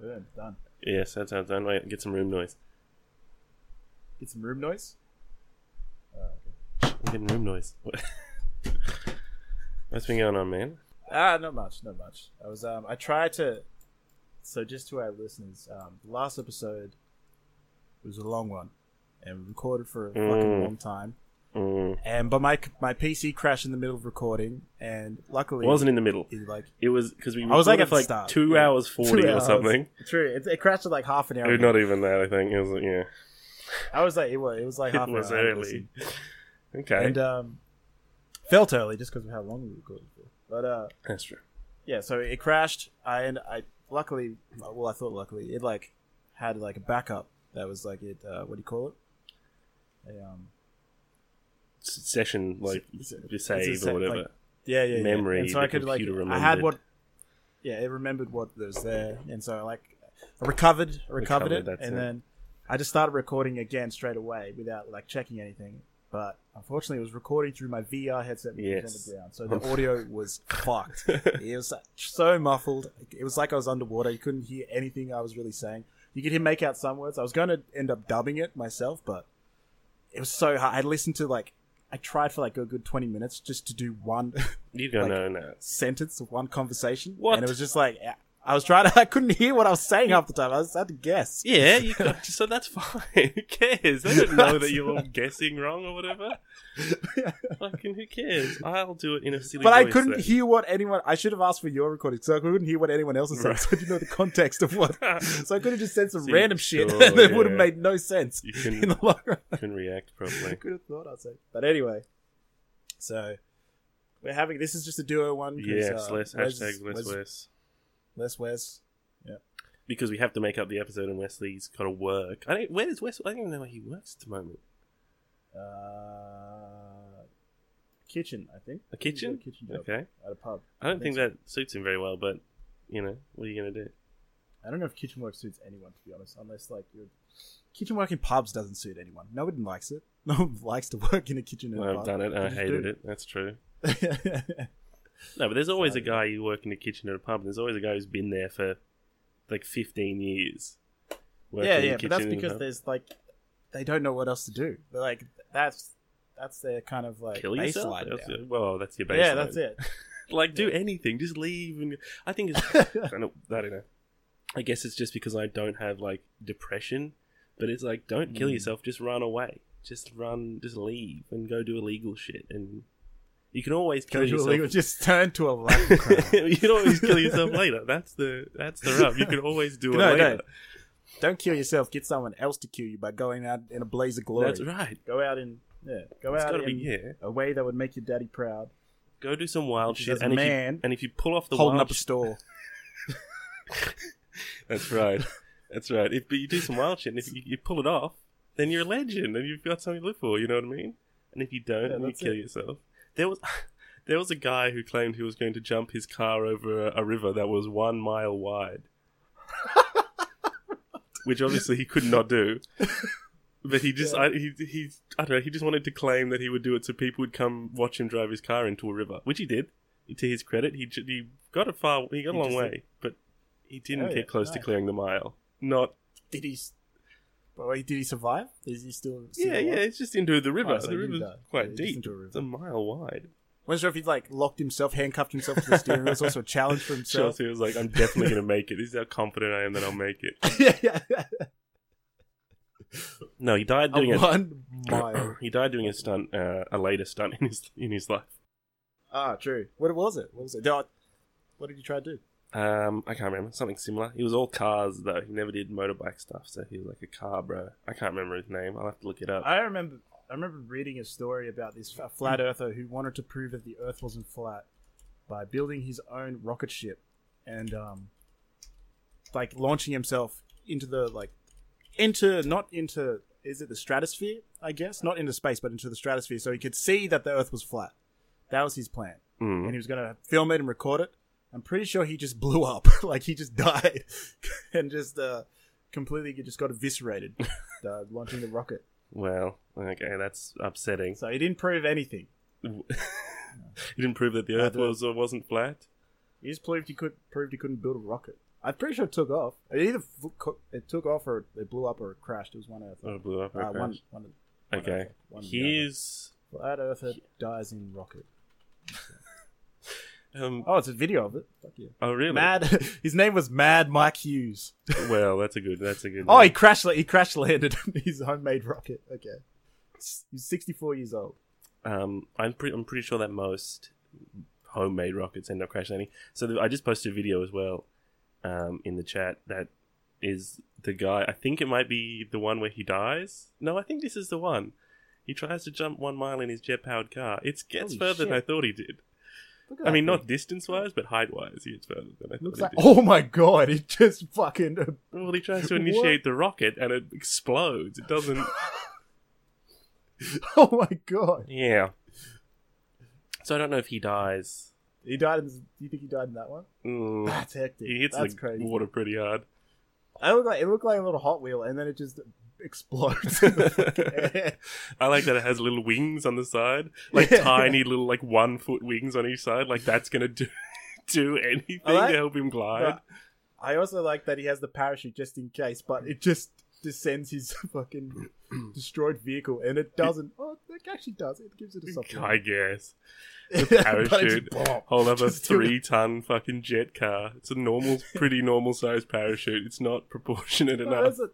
Good, done. Yes, that sounds done. Wait, get some room noise. Get some room noise. Uh, okay. I'm getting room noise. What- What's been going on, man? Ah, not much, not much. I was um, I tried to. So just to our listeners, um, the last episode was a long one, and we recorded for a fucking Mm. long time. Mm. And but my my PC crashed in the middle of recording, and luckily It wasn't in the middle. it like It was because we I was like recorded for at the like start, two yeah. hours forty Two or hours. something. True, it, it crashed at like half an hour. Not even that. I think it was yeah. I was like, it was, it was like half it an was hour. I had to early. listen. Okay, and um, felt early just because of how long we recorded for. But uh, that's true. yeah, so it crashed. I and I luckily, well, I thought luckily it like had like a backup that was like it. Uh, what do you call it? A, um, S- Session like It's a- you save se- or whatever. like, yeah, yeah, yeah. Memory, And so the I could like computer I had remembered. what. Yeah, it remembered what was there, and so I like I recovered, recovered, Recovered, it, that's and it. then I just started recording again straight away without like checking anything. But unfortunately, it was recording through my VR headset, which was Yes. on the ground, so the audio was fucked. It was so muffled. It was like I was underwater. You couldn't hear anything I was really saying. You could hear make out some words. I was going to end up dubbing it myself, but it was so hard. I listened to like I tried for like a good twenty minutes just to do one you go like- no no. sentence, one conversation, What? and it was just like I was trying. To, I couldn't hear what I was saying half the time. I just had to guess. Yeah, you got, so that's fine. Who cares? They don't know that you're all guessing wrong or whatever. Fucking who cares? I'll do it in a silly But I voice couldn't then. hear what anyone. I should have asked for your recording, so I couldn't hear what anyone else was saying. Right. So I didn't know the context of what. So I could have just said some See, random shit, sure, and it would have yeah. made no sense you in couldn't, the long run. couldn't react I properly. could have thought I'd say. But anyway, so we're having this is just a duo one. 'cause, Yes, uh, less Wes- hashtags, less Wes- Wes. less Wes. Because we have to make up the episode, and Wesley's got to work. I don't. Where does Wes? I don't even know where he works at the moment. Uh, kitchen, I think. A kitchen. kitchen job Okay. at a pub. I don't I think think that suits him very well, but you know, what are you gonna do? I don't know if kitchen work suits anyone, to be honest. Unless like you're kitchen work in pubs doesn't suit anyone. No one likes it. No one likes to work in a kitchen. In a Well, I've pub. done it. and I just hated do. it. That's true. it. No, but there's always So- a guy you work in the kitchen at a pub. There's always a guy who's been there for like 15 years. working yeah, in the yeah, but that's kitchen in a because pub. there's like they don't know what else to do. They're like that's that's their kind of like kill yourself. baseline. That's- now. Well, that's your baseline. Yeah, that's it. Like, do anything. Just leave. And I think it's kind of I don't know. I guess it's just because I don't have like depression, but it's like don't kill Mm. yourself. Just run away. Just run. Just leave and go do illegal shit. And you can always kill Casual yourself. legal just turn to a life of crime. you can always kill yourself later. That's the that's the rub. You can always do it No, later. no. Don't kill yourself. Get someone else to kill you by going out in a blaze of glory. That's right. Go out in yeah. Go It's got out to be in yeah. a way that would make your daddy proud. Go do some wild Because shit. as a And if, you, man, and if you pull off the holding wild up a store. That's right. That's right. If, but you do some wild shit, and if you, you pull it off, then you're a legend, and you've got something to live for. You know what I mean? And if you don't, Yeah, then you that's kill it. yourself. There was, there was a guy who claimed he was going to jump his car over a, a river that was one mile wide, which obviously he could not do. But he just, Yeah. I, he, he, I don't know. He just wanted to claim that he would do it so people would come watch him drive his car into a river, which he did. To his credit, he j- he got a far, he got He a long just way, did. but he didn't Oh, get yeah, close to nice. clearing the mile. Not. Did he? s- Well, wait, did he survive? Is he still? still Yeah, alive? yeah. It's just into the river. Oh, so the he didn't river's die. quite Yeah, just deep. into a river. It's a mile wide. Wasn't sure if he'd like locked himself, handcuffed himself to the steering wheel. It was also a challenge for himself. Chelsea was like, "I'm definitely going to make it. This is how confident I am that I'll make it." yeah, yeah, yeah. No, he died doing A a one mile. he died doing a stunt, uh, a later stunt in his in his life. ah, true. What was it? What was it? Did I- what did you try to do? Um, I can't remember something similar. He was all cars though. He never did motorbike stuff, so he was like a car bro. I can't remember his name. I'll have to look it up. I remember. I remember reading a story about this a flat earther who wanted to prove that the Earth wasn't flat by building his own rocket ship and um, like launching himself into the like into not into is it the stratosphere? I guess not into space, but into the stratosphere, so he could see that the Earth was flat. That was his plan, Mm. and he was going to film it and record it. I'm pretty sure he just blew up, like he just died and just uh, completely just got eviscerated uh, launching the rocket. Well, okay, that's upsetting. So he didn't prove anything. you didn't prove that the Earth do it. was or wasn't flat. He just proved he could proved he couldn't build a rocket. I'm pretty sure it took off. It either fl- co- it took off or it blew up or it crashed. It was one Earth. Oh, it blew up. uh, okay. one, one, one okay. Earther, one the Here's other. flat Earther dies in rocket. um. Oh, it's a video of it. Fuck you. Oh really? Mad. His name was Mad Mike Hughes. Well, that's a good. That's a good. Oh, he name. crash he crash landed on his homemade rocket. Okay, he's 64 years old. um, I'm pretty. I'm pretty sure that most homemade rockets end up crash landing. So the, I just posted a video as well, um, in the chat that is the guy. I think it might be the one where he dies. No, I think this is the one. He tries to jump one mile in his jet-powered car. It gets Holy further than I shit. thought he did. Look at I that mean, thing. not distance-wise, but height-wise, he gets further than I thought Looks he like. did. Oh my god! He just fucking. Well, he tries to What? initiate the rocket and it explodes. It doesn't. Oh my god! yeah. So I don't know if he dies. He died. In, do you think he died in that one? Mm. That's hectic. He hits Ah, That's the crazy. water pretty hard. I look like it looked like a little Hot Wheel, and then it just explodes. in the fucking air. I like that it has little wings on the side, like Yeah. tiny little like one foot wings on each side. Like that's gonna do do anything I like- to help him glide. I also like that he has the parachute just in case, but it just descends his fucking destroyed vehicle, and it doesn't. Oh, it actually does. It gives it a I supplement. guess. But it parachute. just- boom. Hold up a Just do it. three ton fucking jet car. It's a normal, pretty normal sized parachute. It's not proportionate No, enough. those are-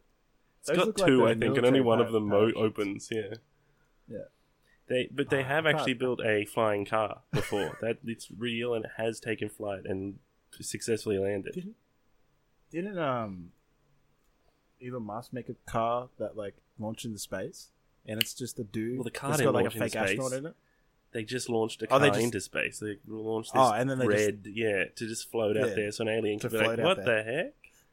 It's those got look like two, the I think, and only military one of par- them mo- parachutes. opens. Yeah. Yeah. They, but they Ah, have I can't- actually built a flying car before. that it's real and it has taken flight and successfully landed. Didn't didn't um Elon Musk make a car that like launched into space, and it's just a dude. Well, the car that's didn't got like a launch into fake astronaut space. in it. They just launched a Oh, car they just- into space. They launched this Oh, and then they just- red, yeah, to just float out Yeah, there so an alien to could be like, float out "What the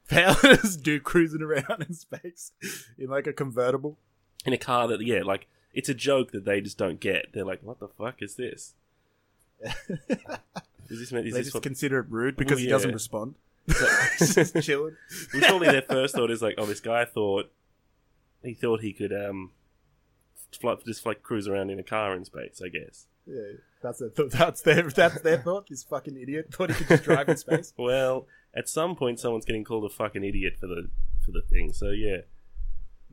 there." heck?" This dude cruising around in space in like a convertible. In a car that, yeah, like it's a joke that they just don't get. They're like, "What the fuck is this? Is this meant? Is they this just what?" consider it rude because he yeah. doesn't respond. It's like- Chilling. Well, surely their first thought is like, "Oh, this guy thought he thought he could um, fly, just like cruise around in a car in space." I guess. Yeah, that's it. That's their that's their thought. This fucking idiot thought he could just drive in space. Well, at some point, someone's getting called a fucking idiot for the for the thing. So yeah.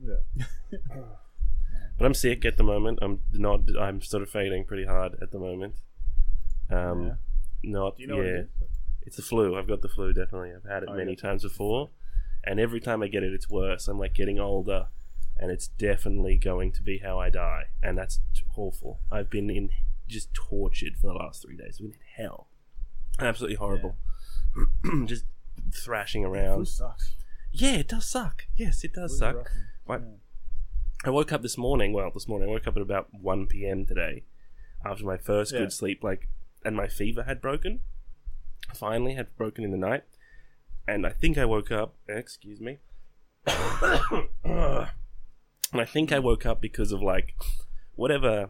Yeah. But I'm sick at the moment. I'm not. I'm sort of fading pretty hard at the moment. Um, Yeah. not. Do you know yeah, what it is? it's the flu. I've got the flu. Definitely, I've had it Oh, many yeah. times before, and every time I get it, it's worse. I'm like getting older, and it's definitely going to be how I die, and that's t- awful. I've been in just tortured for the last three days. I've been in hell, absolutely horrible. just thrashing Who around. sucks? Yeah, it does suck. Yes, it does Who's suck. rocking? Why- Yeah. I woke up this morning. Well, this morning I woke up at about one p.m. today, after my first Yeah. good sleep. Like, and my fever had broken. Finally, had broken in the night, and I think I woke up. Excuse me. and I think I woke up because of like whatever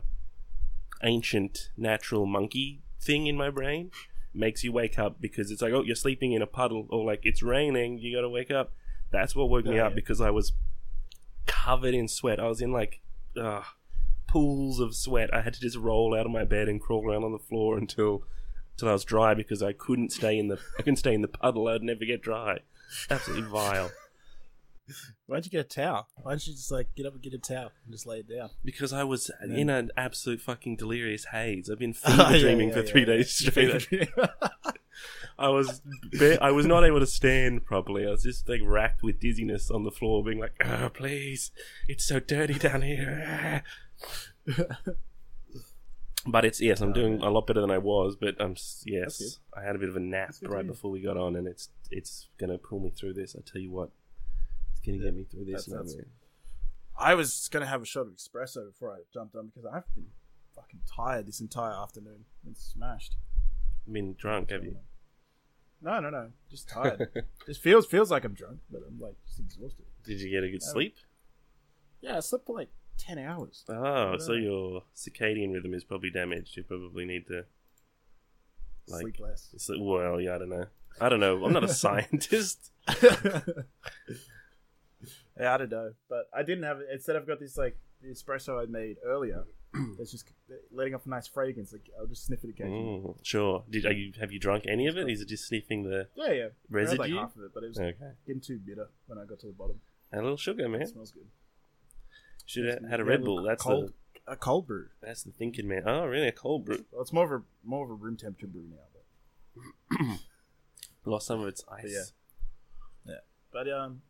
ancient natural monkey thing in my brain makes you wake up because it's like oh you're sleeping in a puddle or like it's raining you got to wake up. That's what woke me Oh, up yeah. because I was covered in sweat. I was in like ugh, pools of sweat. I had to just roll out of my bed and crawl around on the floor until until I was dry because I couldn't stay in the I couldn't stay in the puddle. I'd never get dry. Absolutely vile. Why don't you get a towel? Why don't you just like get up and get a towel and just lay it down? Because I was Yeah. in an absolute fucking delirious haze. I've been fever Yeah, dreaming yeah, for yeah, three yeah. days straight. I was ba- I was not able to stand properly. I was just like racked with dizziness on the floor, being like, "Oh, please, it's so dirty down here." but it's yes, I'm Oh, doing a lot better than I was. But I'm s- That's yes, I had a bit of a nap That's good to right hear. before we got on, and it's it's gonna pull me through this. I tell you what, it's gonna Yeah, get me through this. that sounds- nightmare. I was gonna have a shot of espresso before I jumped on because I've been fucking tired this entire afternoon. Been smashed. I've been drunk, have you? No, no, no. Just tired. just feels feels like I'm drunk, but I'm like just exhausted. Did you get a good No. sleep? Yeah, I slept for like ten hours. Oh, so No. your circadian rhythm is probably damaged. You probably need to. Like- Sleep less. It's like, well, yeah, I don't know. I don't know. I'm not a scientist. yeah, I don't know, but I didn't have. Instead, I've got this like the espresso I made earlier, That's just letting off a nice fragrance. Like I'll just sniff it occasionally. Mm, sure. Did are you have you drunk any of it? Is it just sniffing the Yeah, yeah. I had residue? like half of it, but it was Okay. getting too bitter when I got to the bottom. And a little sugar, man. It smells good. Should have had a Yeah, Red little Bull. That's cold, the a cold brew. that's the thinking, man. Oh, really? A cold brew. Well, it's more of a more of a room temperature brew now, but Lost some of its ice. yeah. But um,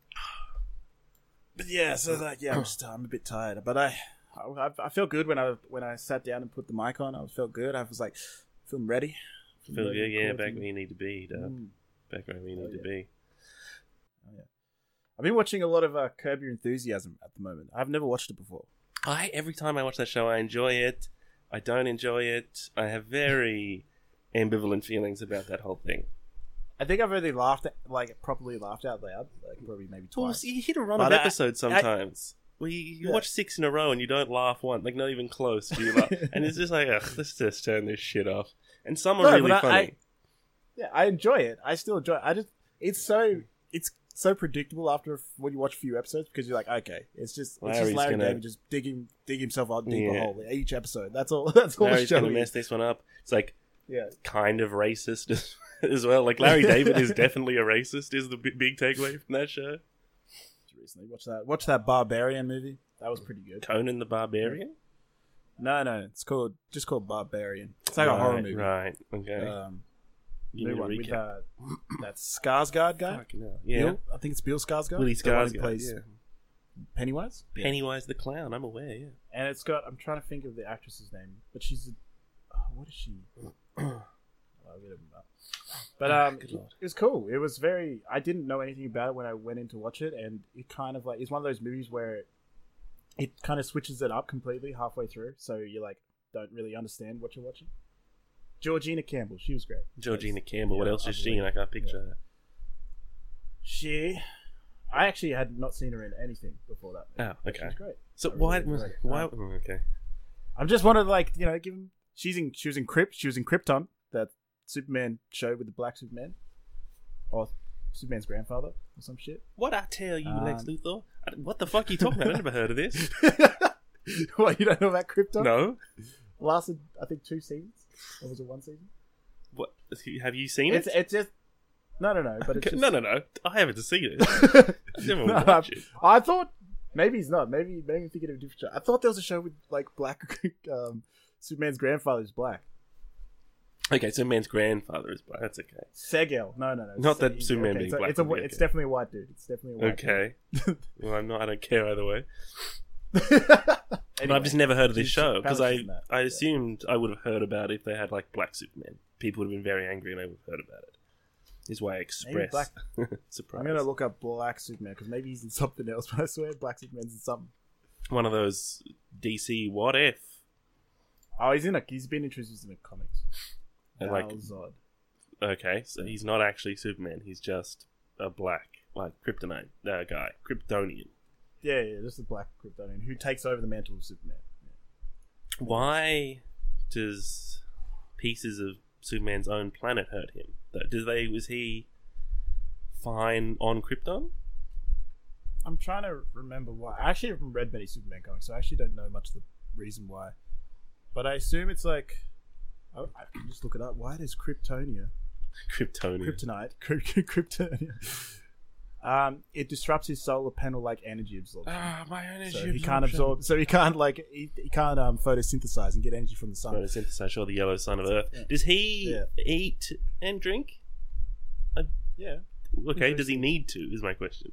but yeah, so like yeah, I'm just I'm a bit tired, but I, I I feel good when I when I sat down and put the mic on. I felt good. I was like, feeling ready. Feel Feeling good, ready to yeah. call it Back in. where you need to be, duh. Mm. Back where you need Oh, to yeah. be. I've been watching a lot of uh, Curb Your Enthusiasm at the moment. I've never watched it before. I every time I watch that show, I enjoy it. I don't enjoy it. I have very ambivalent feelings about that whole thing. I think I've only laughed like properly laughed out loud, like probably maybe Well, twice. see, you hit a run But of I- episodes sometimes. We you Yeah. watch six in a row and you don't laugh once, like not even close. Do you laugh? and it's just like, ugh, let's just turn this shit off. And some are No, really but I- funny. yeah, I enjoy it. I still enjoy. It. I just it's so it's so predictable after a f- when you watch a few episodes because you're like, okay, it's just it's Larry's just Larry gonna- David just digging dig himself out deeper Yeah. hole each episode. That's all. That's all. the Larry's show gonna is. mess this one up. It's like Yeah, kind of racist as- as well. Like Larry David is definitely a racist. Is the b- big takeaway from that show? recently watch that. Watch that Barbarian movie. That was pretty good. Conan the Barbarian. No, no, it's called just called Barbarian. It's like a horror Right, movie. Right. Okay. Um, you new need a one with recap. uh, that Skarsgård guy. Fucking hell. Yeah. Bill? I think it's Bill Skarsgård. Willie The one who Skarsgård, plays yeah. Pennywise. Pennywise the clown. I'm aware. Yeah. and it's got I'm trying to think of the actress's name, but she's a, oh, what is she? oh, I'll get it up. But um, Good lord. it was cool. It was very. I didn't know anything about it when I went in to watch it, and it kind of like it's one of those movies where it kind of switches it up completely halfway through, so you like don't really understand what you're watching. Georgina Campbell, she was great. Georgina Campbell. what yeah, else I is she? believe- And I can't picture her. She, I actually had not seen her in anything before that. Oh, okay. She's great. So I really why enjoyed it. why Um, mm, okay. I'm just wanted to like you know give him. She's in she was in Crypt. She was in Krypton, that Superman show with the black Superman, or Superman's grandfather or some shit. What I tell you, Lex um, Luthor? I- What the fuck are you talking about? I never heard of this. what you don't know about Krypton? No. Lasted I think two seasons, or was it one season? What have you seen It's it? it's just no no no, but it's Okay, just, No, no, no. I haven't seen it. I've never No, watched it. I thought maybe he's not. Maybe maybe I'm thinking of a different show. I thought there was a show with like black um, Superman's grandfather is black. Okay, so man's grandfather is black. That's okay. Segel. No no no. Not that Se- Superman okay, being so black It's a would be it's okay. definitely a white dude. It's definitely a white. dude. Okay. well, I'm not. I don't care either way. But Anyway. I've just never heard of this she's show because I apparently from that, I yeah. assumed I would have heard about it if they had like black Superman. People would have been very angry and they would have heard about it. Is why I expressed black- surprise. I'm gonna look up Black Superman because maybe he's in something else. But I swear, Black Superman's in something. One of those DC what if Oh, he's in a. He's been introduced in the comics. and like Zod. Okay, so he's not actually Superman. He's just a black, like Kryptonite uh, guy, Kryptonian. Yeah, yeah, this is Black Kryptonian who takes over the mantle of Superman. Why does pieces of Superman's own planet hurt him? Th- Do they? Was he fine on Krypton? I'm trying to remember why. I actually haven't read many Superman comics, so I actually don't know much of the reason why. But I assume it's like. I, I can just look it up. Why does Kryptonia, Kryptonian. Kryptonite, Kry- Kry- Kryptonia, um, it disrupts his solar panel like energy absorption. Ah, my energy. so he can't absorb. So he can't like he, he can't um, photosynthesize and get energy from the sun. Photosynthesize, sure, the yellow sun of Earth. Yeah. Does he Yeah. eat and drink? Yeah, Okay, does he need to? Is my question.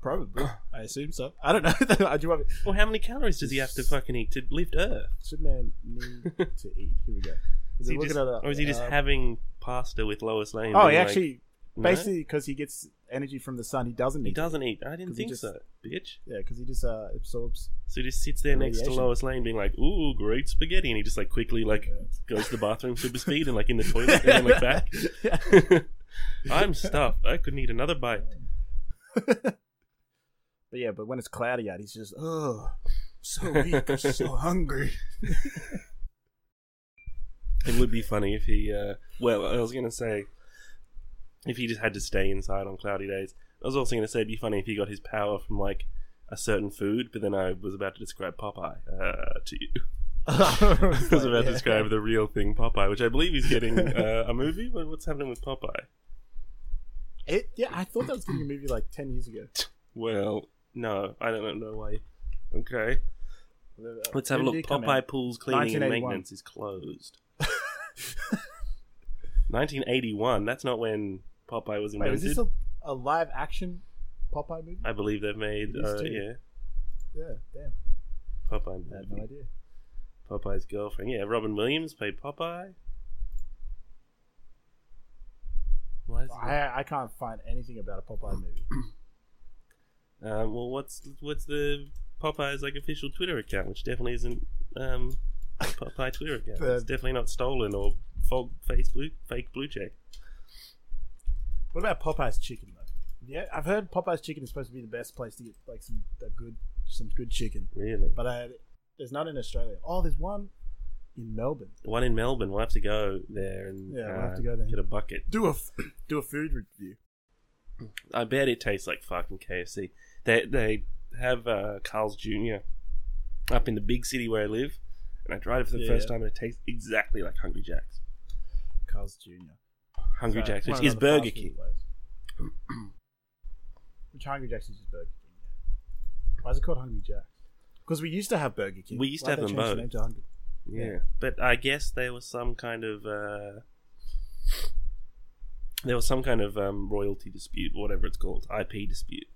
probably. I assume so. I don't know. I do want me- Well, how many calories does he have to fucking eat to lift Earth? Superman need to eat. Here we go. Is he Look just, it up. or is he just Um, having pasta with Lois Lane? Oh, being he like, actually "No, basically because he gets energy from the sun, he doesn't need. he doesn't eat. I didn't 'Cause he think just- so, bitch. Yeah, because he just uh, absorbs. So he just sits there next to Radiation. Lois Lane, being like, "Ooh, great spaghetti," and he just like quickly like goes to the bathroom super speed and like in the toilet and then like back. I'm stuffed. I could need another bite. But yeah, but when it's cloudy out, he's just oh, so weak, I'm so hungry. It would be funny if he. Uh, well, I was gonna say if he just had to stay inside on cloudy days. I was also gonna say it'd be funny if he got his power from like a certain food, but then I was about to describe Popeye uh, to you. I I was about to describe the real thing Popeye, which I believe is getting uh, a movie. What, what's happening with Popeye? It, yeah, I thought that was getting a movie like ten years ago. Well, no, I don't know why. Okay, let's have a When look. did it come Popeye out? Pool's cleaning and 1981. maintenance is closed. 1981. That's not when Popeye was Wait, invented. is this a, a live action Popeye movie? I believe they've made. It is Uh, too. yeah, yeah, damn. Popeye. I had no idea. Popeye's girlfriend. Yeah, Robin Williams played Popeye. Why is that? I, I can't find anything about a Popeye movie. Um, well, what's what's the Popeye's like official Twitter account, which definitely isn't um, Popeye Twitter account. The- it's definitely not stolen or fo- face blue, fake blue check. What about Popeye's chicken though? Yeah, I've heard Popeye's chicken is supposed to be the best place to get like some a good some good chicken, Really, but I, there's none in Australia. Oh, there's one in Melbourne. one in Melbourne. We'll have to go there and Yeah, we'll uh, have to go there. get a bucket. Do a f- do a food review. I bet it tastes like fucking KFC. They they have uh, Carl's Jr. up in the big city where I live, and I tried it for the Yeah, first yeah. time, and it tastes exactly like Hungry Jack's. Carl's Jr. Hungry So, Jack's, one which of is the Burger fast food King. places. which Hungry Jack's is just Burger King. yeah. Why is it called Hungry Jack? Because we used to have Burger King. We used to Why'd have they them change the both. name to Hungry? Yeah. But I guess there was some kind of uh, there was some kind of um, royalty dispute, whatever it's called, IP dispute.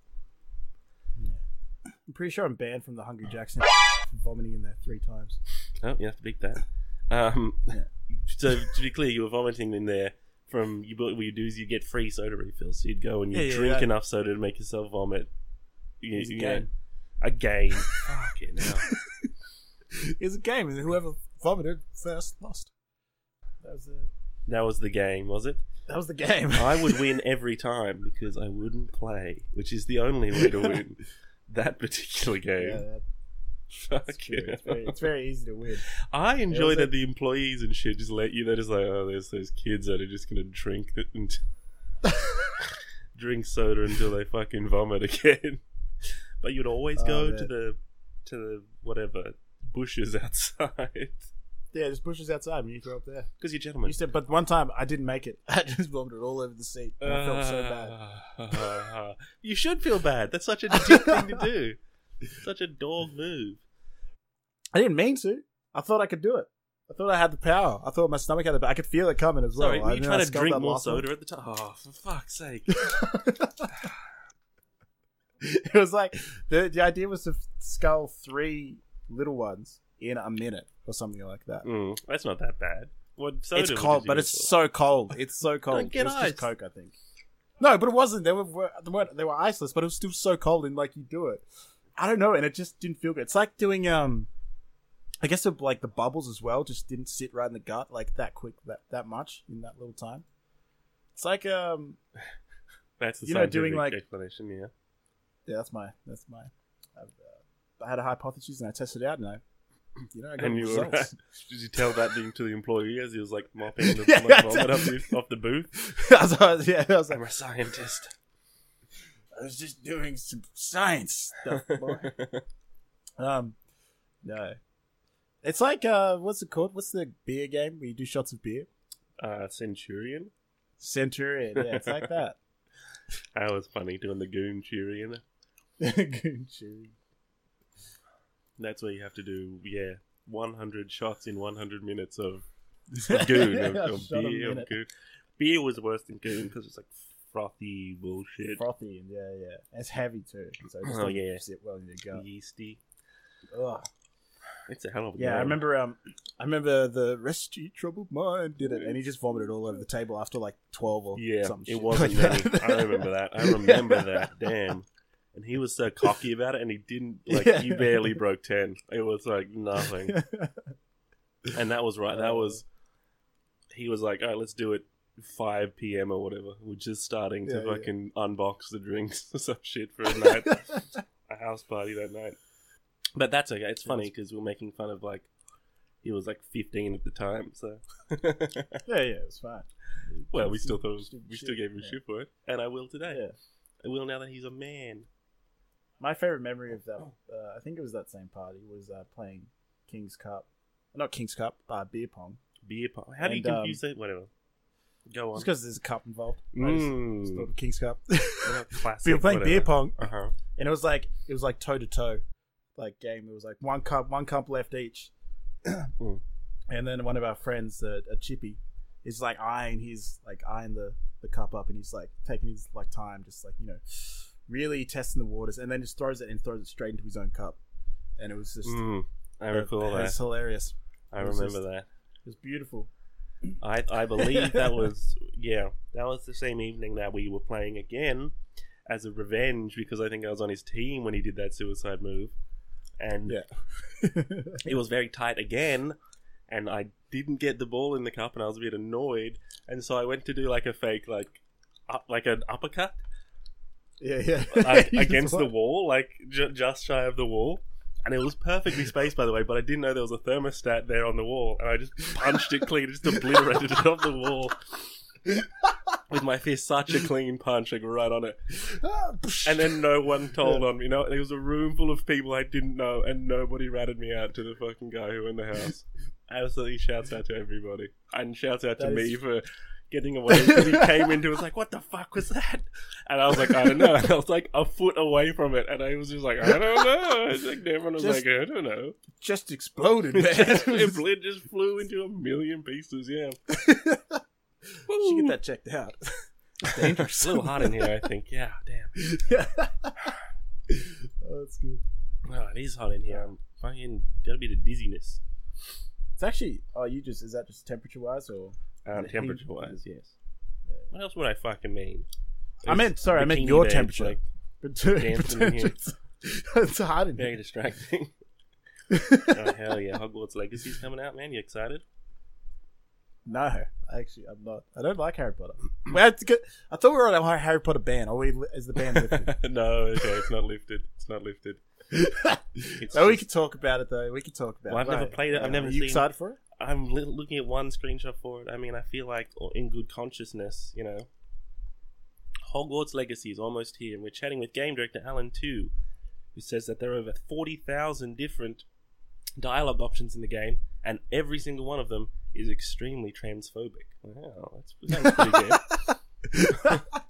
I'm pretty sure I'm banned from the Hungry Jack's now for vomiting in there three times. Oh, you have to beat that. Um, Yeah. So to be clear, you were vomiting in there. From you, what you do is you get free soda refills. So you'd go and you Yeah, yeah, drink that- enough soda to make yourself vomit. You, It's a you know, game. A game. Fucking hell. It's a game, and whoever vomited first lost. That was the That was the game, was it? that was the game. I would win every time because I wouldn't play, which is the only way to win that particular game. Yeah, that- Fuck that's true. It's yeah. very, it's very easy to win. I It enjoy was that a- the employees and shit just let you. They're just like, oh, there's those kids that are just gonna drink it and drink soda until they fucking vomit again. But you'd always Oh, go man. to the to the whatever bushes outside Yeah, there's bushes outside, and you throw up there. because you're You gentlemen. used to- but one time I didn't make it. I just vomited all over the seat. And I felt Uh, so bad. bad. you should feel bad. That's such a dick thing to do. Such a dog move. I didn't mean to. I thought I could do it. I thought I had the power. I thought my stomach had the. I could feel it coming as well. Sorry, I were you know I trying to scuffed drink that more last one. soda at the time? Oh, for fuck's sake! it was like the the idea was to scull three little ones in a minute or something like that. Mm, that's not that bad. What soda it's would cold, you but use it's for? so cold. It's so cold. get it was ice. just Coke, I think. No, but it wasn't. They were, were they weren't they were iceless, but it was still so cold. And like you do it, I don't know, and it just didn't feel good. It's like doing um, I guess it, like the bubbles as well just didn't sit right in the gut like that quick that that much in that little time. It's like um, That's the you know, doing, scientific like- explanation, yeah. yeah, that's my that's my. I've, uh, I had a hypothesis and I tested it out and I, you know, I got And you were results. right. Did you tell that thing to the employee as he was like mopping the Yeah, like, that's- vomit up the, off the booth? That's what I was- yeah, I was like, I'm a scientist. I was just doing some science stuff. boy. Uh, um, no, it's like uh, what's it called? What's the beer game where you do shots of beer? uh, Centurion. Centurion. Yeah, it's like that. That was funny doing the goon cheering. Goon cheering. That's where you have to do yeah, 100 shots in 100 minutes of goon of, Yeah, of shot a beer. Of minute. goon. Beer was worse than goon because it's like frothy bullshit, Frothy and yeah, yeah. It's heavy too, so it just Oh, doesn't yeah. Oh, sit well in your gut. yeasty. Ugh. It's a hell of a Yeah, I game. remember. Um, I remember the rescue troubled mind did it, and he just vomited all over the table after like twelve or Yeah, something. it wasn't like many. I remember that. I remember that. Damn. And he was so cocky about it, and he didn't like. Yeah. He barely broke ten. It was like nothing. And that was right. Uh. That was. He was like, "All right, let's do it." 5 p.m. or whatever. We're just starting to Yeah, yeah. fucking unbox the drinks or some shit for a night, a house party that night. But that's okay. It's funny because we're making fun of like he was like 15 at the time, so. yeah, yeah, it's fine. well, we still thought it was, Stupid we shit. still gave him Yeah. shit for it, and I will today. Yeah. I will now that he's a man. my favorite memory of that, uh, I think it was that same party, was uh, playing King's Cup, not King's Cup, uh, beer pong. Beer pong. How do you And, um, confuse that? Whatever. Go on. Just because there's a cup involved. I just- just thought Mm. of King's Cup. Classic. we were playing beer pong, Uh huh. and it was like it was like toe to toe, like game. It was like one cup, one cup left each. Mm. And then one of our friends, uh, a chippy, is like eyeing his like eyeing the the cup up, and he's like taking his like time, just like you know, really testing the waters, and then just throws it and throws it straight into his own cup, and it was just Mm. I recall It's that. hilarious. I it was remember just- that. It was beautiful. I I believe that was yeah that was the same evening that we were playing again as a revenge because I think I was on his team when he did that suicide move, and Yeah. it was very tight again, and I didn't get the ball in the cup and I was a bit annoyed, and so I went to do like a fake like up, like an uppercut yeah, yeah. like, You just against the want- wall like ju- just shy of the wall. And it was perfectly spaced, by the way, but I didn't know there was a thermostat there on the wall, and I just punched it clean, just obliterated it off the wall with my fist. Such a clean punch, like right on it. Ah, And then no one told on me. No, there was a room full of people I didn't know, and nobody ratted me out to the fucking guy who owned the house. Absolutely shouts out to everybody. And shouts out to That me is- for getting away. Because he came into it was like, what the fuck was that? And I was like, I don't know. And I was like a foot away from it. And I was just like, I don't know. It's like, everyone was Just- like, I don't know. just exploded, man. it bl- it just flew into a million pieces, yeah. Should get that checked out. dangerous. a little hot in here, I think. Yeah, damn. oh, that's good. Oh, it is hot in here. I'm fucking got a bit of dizziness. It's actually. Oh, you just is that just temperature wise or? Um, The heat. temperature wise, yes. What else would I fucking mean? I meant- sorry, I meant Bikini your babes, temperature. Like, Dancing in here. it's, it's hard in very here. distracting. oh hell yeah! Hogwarts Legacy's coming out, man. You excited? no, actually, I'm not. I don't like Harry Potter. Well, it's good. I thought we were on a Harry Potter ban. Are we? Is the ban lifted? no, okay, it's not lifted. It's not lifted. It's no, we just- could talk about it though. We could talk about Well, it. I've never Right. played it. I've Yeah. never Are you seen- excited for it? I'm li- looking at one screenshot for it. I mean, I feel like or in good consciousness, you know. Hogwarts Legacy is almost here, and we're chatting with game director Alan Two, who says that there are over forty thousand different dialogue options in the game, and every single one of them is extremely transphobic. Wow, that's that sounds pretty good.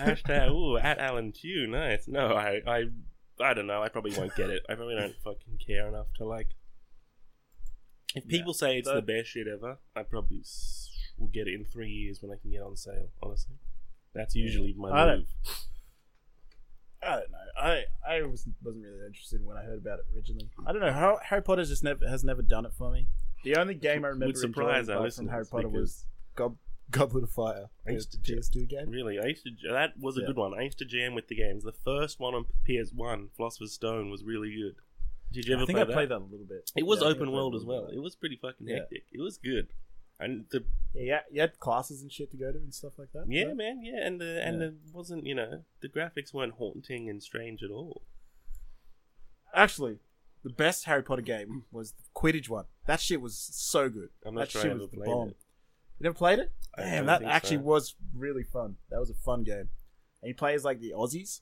Hashtag ooh at Alan Two, nice. No, I I I don't know. I probably won't get it. I probably don't fucking care enough to like. If Yeah. people say it's the But- best shit ever, I probably s- will get it in three years when I can get on sale. Honestly, that's usually my I don't- move. I don't know. I I was, wasn't really interested when I heard about it originally. I don't know. Har- Harry Potter just never has never done it for me. The only game I remember Would surprise enjoying our apart from Harry listeners Potter was Gob- Goblet of Fire. I used the to- PS2 game. Really, I used to. j- That was a Yeah. good one. I used to jam with the games. The first one on PS One, Philosopher's Stone, was really good. Did you ever I think play I that? played that a little bit. It was Yeah, I think I open played world a as little bit well. of It was pretty fucking Yeah. hectic. It was good, and the that. Yeah, you had classes and shit to go to and stuff like that. Yeah, right? man. Yeah, and the and Yeah. it wasn't you know the graphics weren't haunting and strange at all. Actually, the best Harry Potter game was the Quidditch one. That shit was so good. I'm not that sure I shit ever was the played bomb. it. You never played it? I Damn, don't that think actually so. was really fun. That was a fun game. And you play as like the Aussies,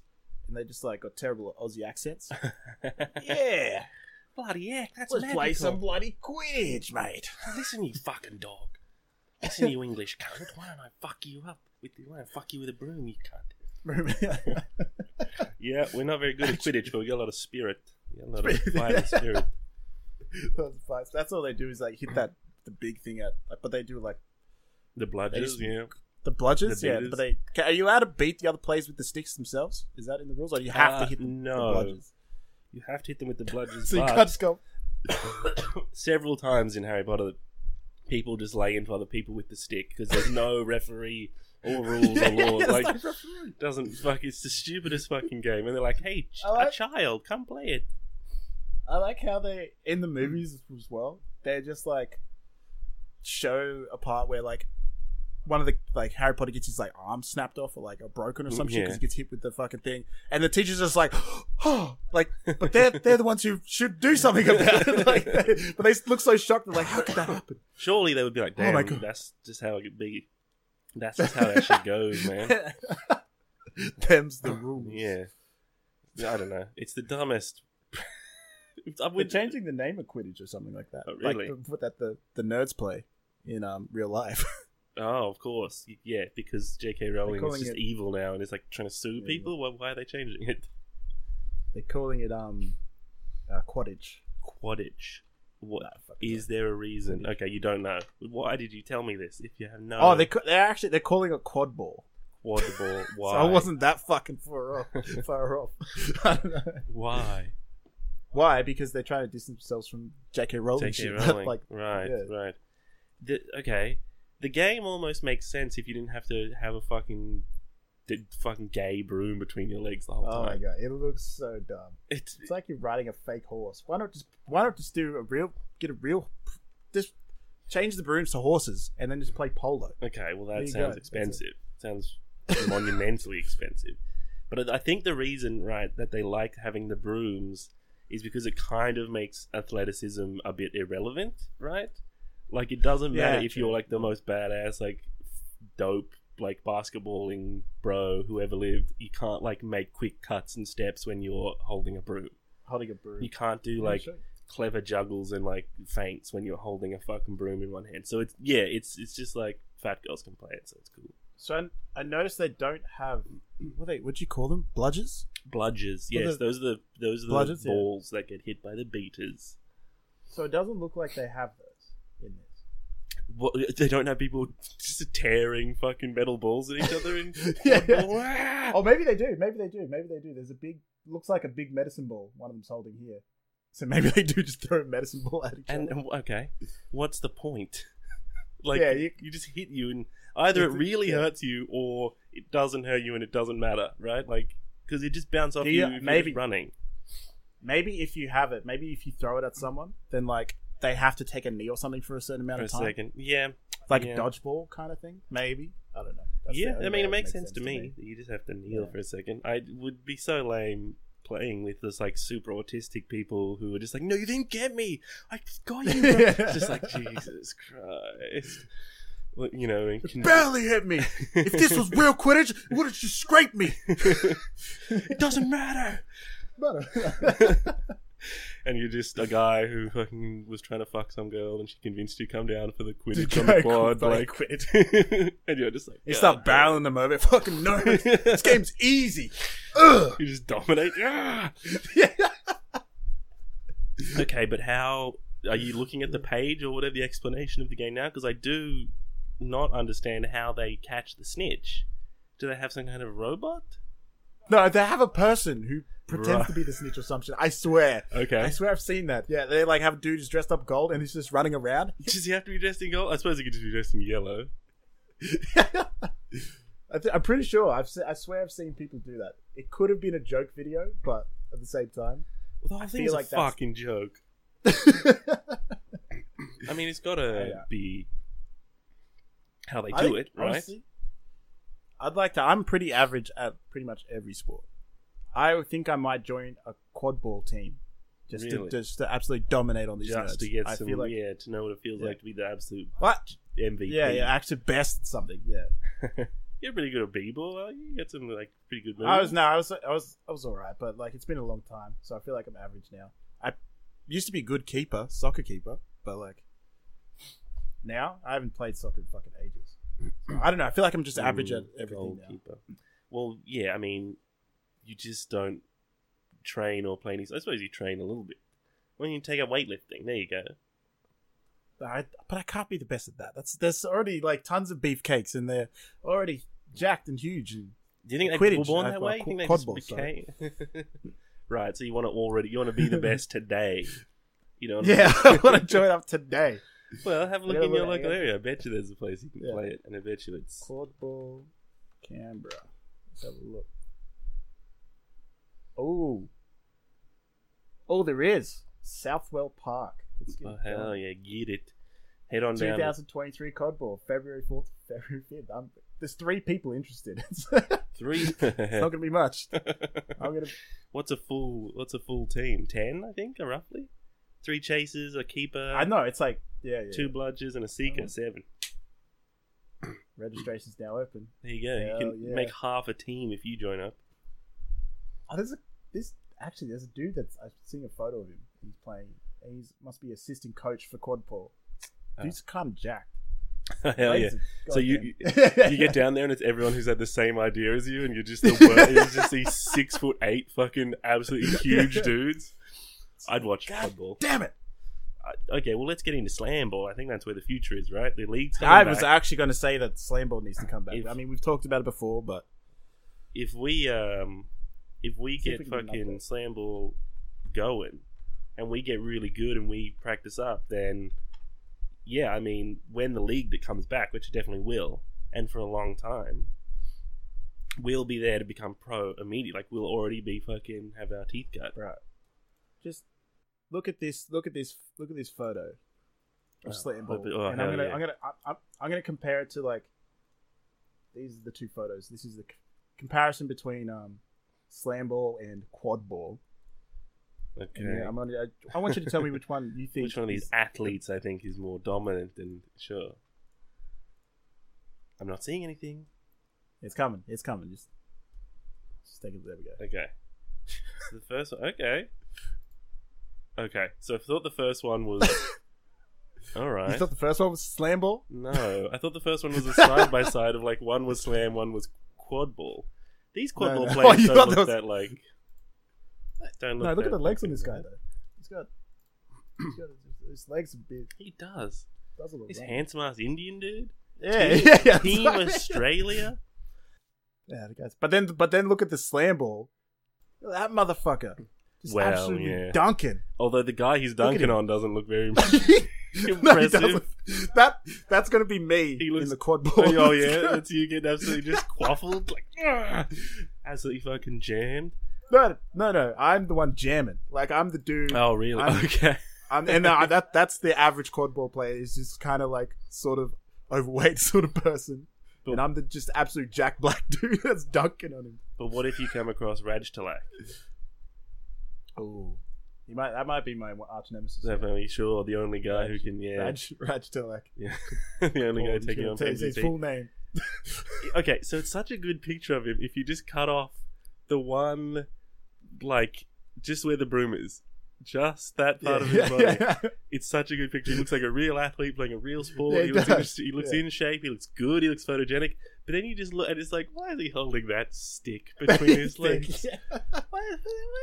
and they just like got terrible Aussie accents. yeah, Bloody heck, that's let's magical. play some bloody Quidditch, mate. Listen, you fucking dog. Listen, you English cunt. Why don't I fuck you up with why don't I fuck you with a broom, you cunt? Yeah, we're not very good at Quidditch, but we got a lot of spirit. We got a lot of fire and spirit. That's all they do is like hit that the big thing at, but they do like The bludgers, just- yeah. the bludgers. The yeah, beaters. but they ca- are you allowed to beat the other players with the sticks themselves? Is that in the rules, or do you have Uh, to hit the, no. the bludgers? You have to hit them with the bludgers. So you but- can't just go. several times in Harry Potter that people just lay into other people with the stick because there's no referee or rules or laws. It's like, like referee. doesn't fuck. It's the stupidest fucking game. And they're like, hey, ch- I like- a child, come play it. I like how they in the movies as well. They just like show a part where like one of the like Harry Potter gets his like arm snapped off or like or broken or some shit Yeah. because he gets hit with the fucking thing, and the teacher's just like, oh, like, but they're they're the ones who should do something about it. Like, they- but they look so shocked. They're like, how could that happen? Surely they would be like, Oh damn, my God. that's just how it could be. That's just how that shit goes, man. Them's the rules. Yeah. Yeah, I don't know. It's the dumbest. It's- I We're would- changing the name of Quidditch or something like that. Oh, really? Like, the- that the, the nerds play in um, real life. oh, of course. Y- Yeah, because J.K. Rowling is calling just it- evil now and is like trying to sue Yeah. people. Why, why are they changing it? They're calling it um, uh, Quidditch. Quidditch. What Nah, fuck it. is there a reason? Okay, you don't know. Why did you tell me this? If you have no. Oh, they ca- they're actually they're calling it quad ball. quad ball. Why? So I wasn't that fucking far off. far off. I don't know. Why? Why? Because they're trying to distance themselves from J.K. Rowling. J.K. Oh, shit. Rowling. like, right, yeah. right. The, okay, the game almost makes sense if you didn't have to have a fucking d- fucking gay broom between your legs the whole oh my time. god, it looks so dumb. It's It's like you're riding a fake horse. Why not just why not just do a real get a real just change the brooms to horses and then just play polo. okay. Well, There that you go, sounds that's it. expensive. Sounds monumentally expensive. But I I think the reason, right, that they liked having the brooms is because it kind of makes athleticism a bit irrelevant, right? Like it doesn't Yeah, matter if true. you're like the most badass, like dope, like basketballing bro whoever lived. You can't like make quick cuts and steps when you're holding a broom. Holding a broom. You can't do like Yeah, sure. clever juggles and like feints when you're holding a fucking broom in one hand. So it's yeah, it's it's just like fat girls can play it, so it's cool. So I, I noticed they don't have what they what do you call them? Bludgers? Bludgers, Well, yes, the- those are the those are the Bludgers, yeah. balls that get hit by the beaters. So it doesn't look like they have those in this. What, they don't have people just tearing fucking metal balls at each other. And Yeah, yeah. Wah! Oh, maybe they do. Maybe they do. Maybe they do. There's a big, looks like a big medicine ball. One of them's holding here. So maybe they do just throw a medicine ball at each and other. and- okay, what's the point? Like Yeah, you, you- just hit you, and either it It's- really yeah. hurts you, or it doesn't hurt you, and it doesn't matter, right? Like because it just bounces off Do you. you- if you're just maybe- running. Maybe if you have it, maybe if you throw it at someone, then like they have to take a knee or something for a certain amount for a of time, second. Yeah, like yeah. a dodgeball kind of thing. Maybe I don't know. That's the yeah. only I mean, way it makes sense, to me. that You just have to kneel Yeah. for a second. I would be so lame playing with this like super autistic people who are just like, "No, you didn't get me. I got you." bro." It's just like Jesus Christ. Well, You know, and It con- barely hit me. If this was real Quidditch, it would have just scraped me. it doesn't matter. and you're just a guy who fucking was trying to fuck some girl, and she convinced you to come down for the Quidditch on the go quad, play like Quidditch. and you're just like, You "Yeah, start okay." barreling them over. Fucking no, this game's easy. Ugh. You just dominate. Yeah. Yeah. okay, but how are you looking at the page or whatever the explanation of the game now? Because I do not understand how they catch the snitch. Do they have some kind of robot? No, they have a person who pretends Right. to be the snitch or something. I swear. I Okay. swear I've seen that. Yeah, they like have a dude who's dressed up gold and he's just running around. Does he have to be dressed in gold? I suppose he could just be dressed in yellow. I th- I'm pretty sure. I've se- I swear I've seen people do that. It could have been a joke video, but at the same time, Well, the whole I thing's feel like like a that's- fucking joke. I mean, it's got to Oh, Yeah. be how they I do think, it, right? honestly, I'd like to. I'm pretty average at pretty much every sport. I think I might join a quad ball team just Really? to just to absolutely dominate on these just nerds. to get I some, feel like yeah, to know what it feels Yeah. like to be the absolute what? MVP. Yeah, yeah, actually best something. Yeah. You're pretty good at b-ball, are you? You got some, like, pretty good moves. I was no, I was I was I was all right, but like it's been a long time, so I feel like I'm average now. I used to be a good keeper, soccer keeper, but like now I haven't played soccer in fucking ages. So, I don't know. I feel like I'm just average at Mm, everything now. goalkeeper. Well, yeah, I mean, you just don't train or play any. I suppose you train a little bit. When you take up weightlifting, there you go. But I, but I can't be the best at that. That's there's already like tons of beefcakes and they're already jacked and huge. And Do you think they Quidditch, were born uh, that well, way? You think they quad just ball, became? right. So you want to already? You want to be the best today? You know? What yeah, I I mean? want to join up today. well, have a look Yeah, in your well, local yeah. area. I bet you there's a place you can Yeah. play it, and I bet you it's Cornball, Canberra. Let's have a look. Oh. Oh, there is. Southwell Park. Let's get oh it hell going. yeah, get it. Head on down. 2023 Codball, February 4th, February 5th. I'm, there's three people interested. it's Three. not going to be much. I'm going to. what's a full? What's a full team? Ten, I think, roughly. Three chasers, a keeper. I know, it's like, yeah, yeah. Two bludgers and a seeker, Oh. seven. Registration's now open. There you go. Hell you can yeah. make half a team if you join up. Oh, there's a, this actually there's a dude that's I've seen a photo of him. He's playing. He's must be assistant coach for quadpole. Oh. Dude's kind of jacked. Hell yeah. Legs are So you- goddamn- You get down there and it's everyone who's had the same idea as you, and you're just the worst. you just these six foot eight fucking absolutely huge dudes. I'd watch God football. Damn it! Okay, well let's get into slam ball. I think that's where the future is, right? The league's coming I was back. actually going to say that slam ball needs to come back. If- I mean, we've talked about it before, but if we um if we See if get we can do fucking nothing. slam ball going and we get really good and we practice up then yeah i mean when the league that comes back which it definitely will and for a long time we'll be there to become pro immediately like we'll already be fucking have our teeth cut right. Just look at this. Look at this. Look at this photo Oh, of slam oh, ball, oh, and hell I'm gonna, yeah. I'm gonna, I- I'm, I'm gonna compare it to like these are the two photos. This is the c- comparison between um, slam ball and quad ball. okay And yeah, I'm gonna, I, I want you to tell me which one you think. which one of these athletes i think is more dominant and sure i'm not seeing anything It's coming. It's coming. Just, just take it. There we go. Okay. So the first one. Okay. Okay. So I thought the first one was. All You right. thought the first one was slam ball? No, I thought the first one was a side by side of like one was slam, one was quad ball. These quad No, ball no. Oh, players you don't thought look that that was- like. Don't look. No, look that at the legs on fucking this guy bad. though. He's got, he's got his legs are big. He does. Does a little This round. handsome ass Indian dude. Yeah, Team- yeah, yeah. Team Australia. Yeah, the guys. But then, but then look at the slam ball. Look at That motherfucker. Just Well, absolutely yeah. dunking. Although the guy he's Look at dunking him. on doesn't look very. No, he Impressive. doesn't. that that's gonna be me He looks- in the quad ball. oh yeah, that's you get absolutely just quaffled like. "Ugh." Absolutely fucking jammed. no, no, no. I'm the one jamming. Like I'm the dude. Oh, really? I'm- okay. I'm, and uh, that that's the average quad ball player is just kind of like sort of overweight sort of person. But- and I'm the just absolute Jack Black dude that's dunking on him. But what if you come across Raj Talak? Oh, you might that might be my arch nemesis. Definitely sure. The only guy who Raj- can, yeah. Raj Raj Tilak. Yeah. the only guy Oh, taking you on should say his full PGT. name. Okay, so it's such a good picture of him if you just cut off the one, like, just where the broom is. Just that part of his body. It's such a good picture. He looks like a real athlete playing a real sport. Yeah, he, he looks, does. in, he looks Yeah. in shape. He looks good. He looks photogenic. But then you just look and it's like, why is he holding that stick between his legs? Yeah. Why, why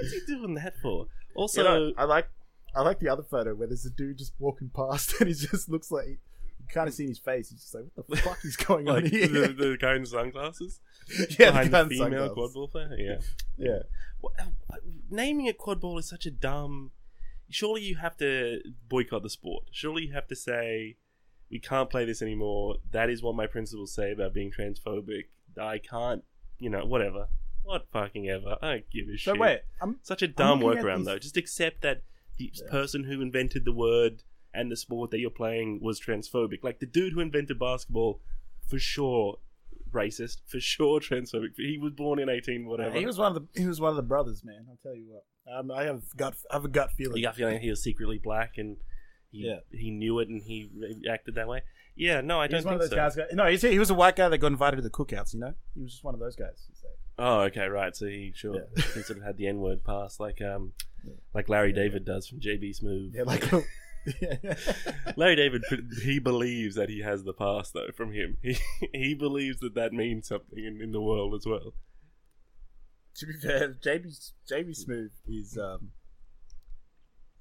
is he doing that for? Also, You know, I like I like the other photo where there's a dude just walking past and he just looks like you kind of see his face. He's just like, what the fuck is going on like here? the, the guy in sunglasses yeah, behind the guy in female sunglasses. quad ball player. Yeah, Yeah, What- uh, naming a quad ball is such a dumb. Surely you have to boycott the sport. Surely you have to say we can't play this anymore. That is what my principles say about being transphobic. I can't, you know, whatever. What fucking ever. I don't give a so shit. wait, I'm Such a dumb looking at workaround, these- though. Just accept that the person who invented the word and the sport that you're playing was transphobic. Like the dude who invented basketball, for sure, racist, for sure, transphobic. He was born in 18, whatever. He was one of the he was one of the brothers, man. I'll tell you what. Um, I have gut I have a gut feeling. You got feeling he was secretly black and he Yeah. he knew it and he acted that way. Yeah, no, I He don't was one of think those so. guys. That, no, he's, he was a white guy that got invited to the cookouts. You know, he was just one of those guys. He's like- Oh, okay, right. So he sure Yeah. he sort of had the N word pass, like um, Yeah. like Larry Yeah. David does from JB Smooth. Yeah, like yeah. Larry David, he believes that he has the pass, though, from him. He, he believes that that means something in, in the world as well. to be fair, JB JB Smooth is um.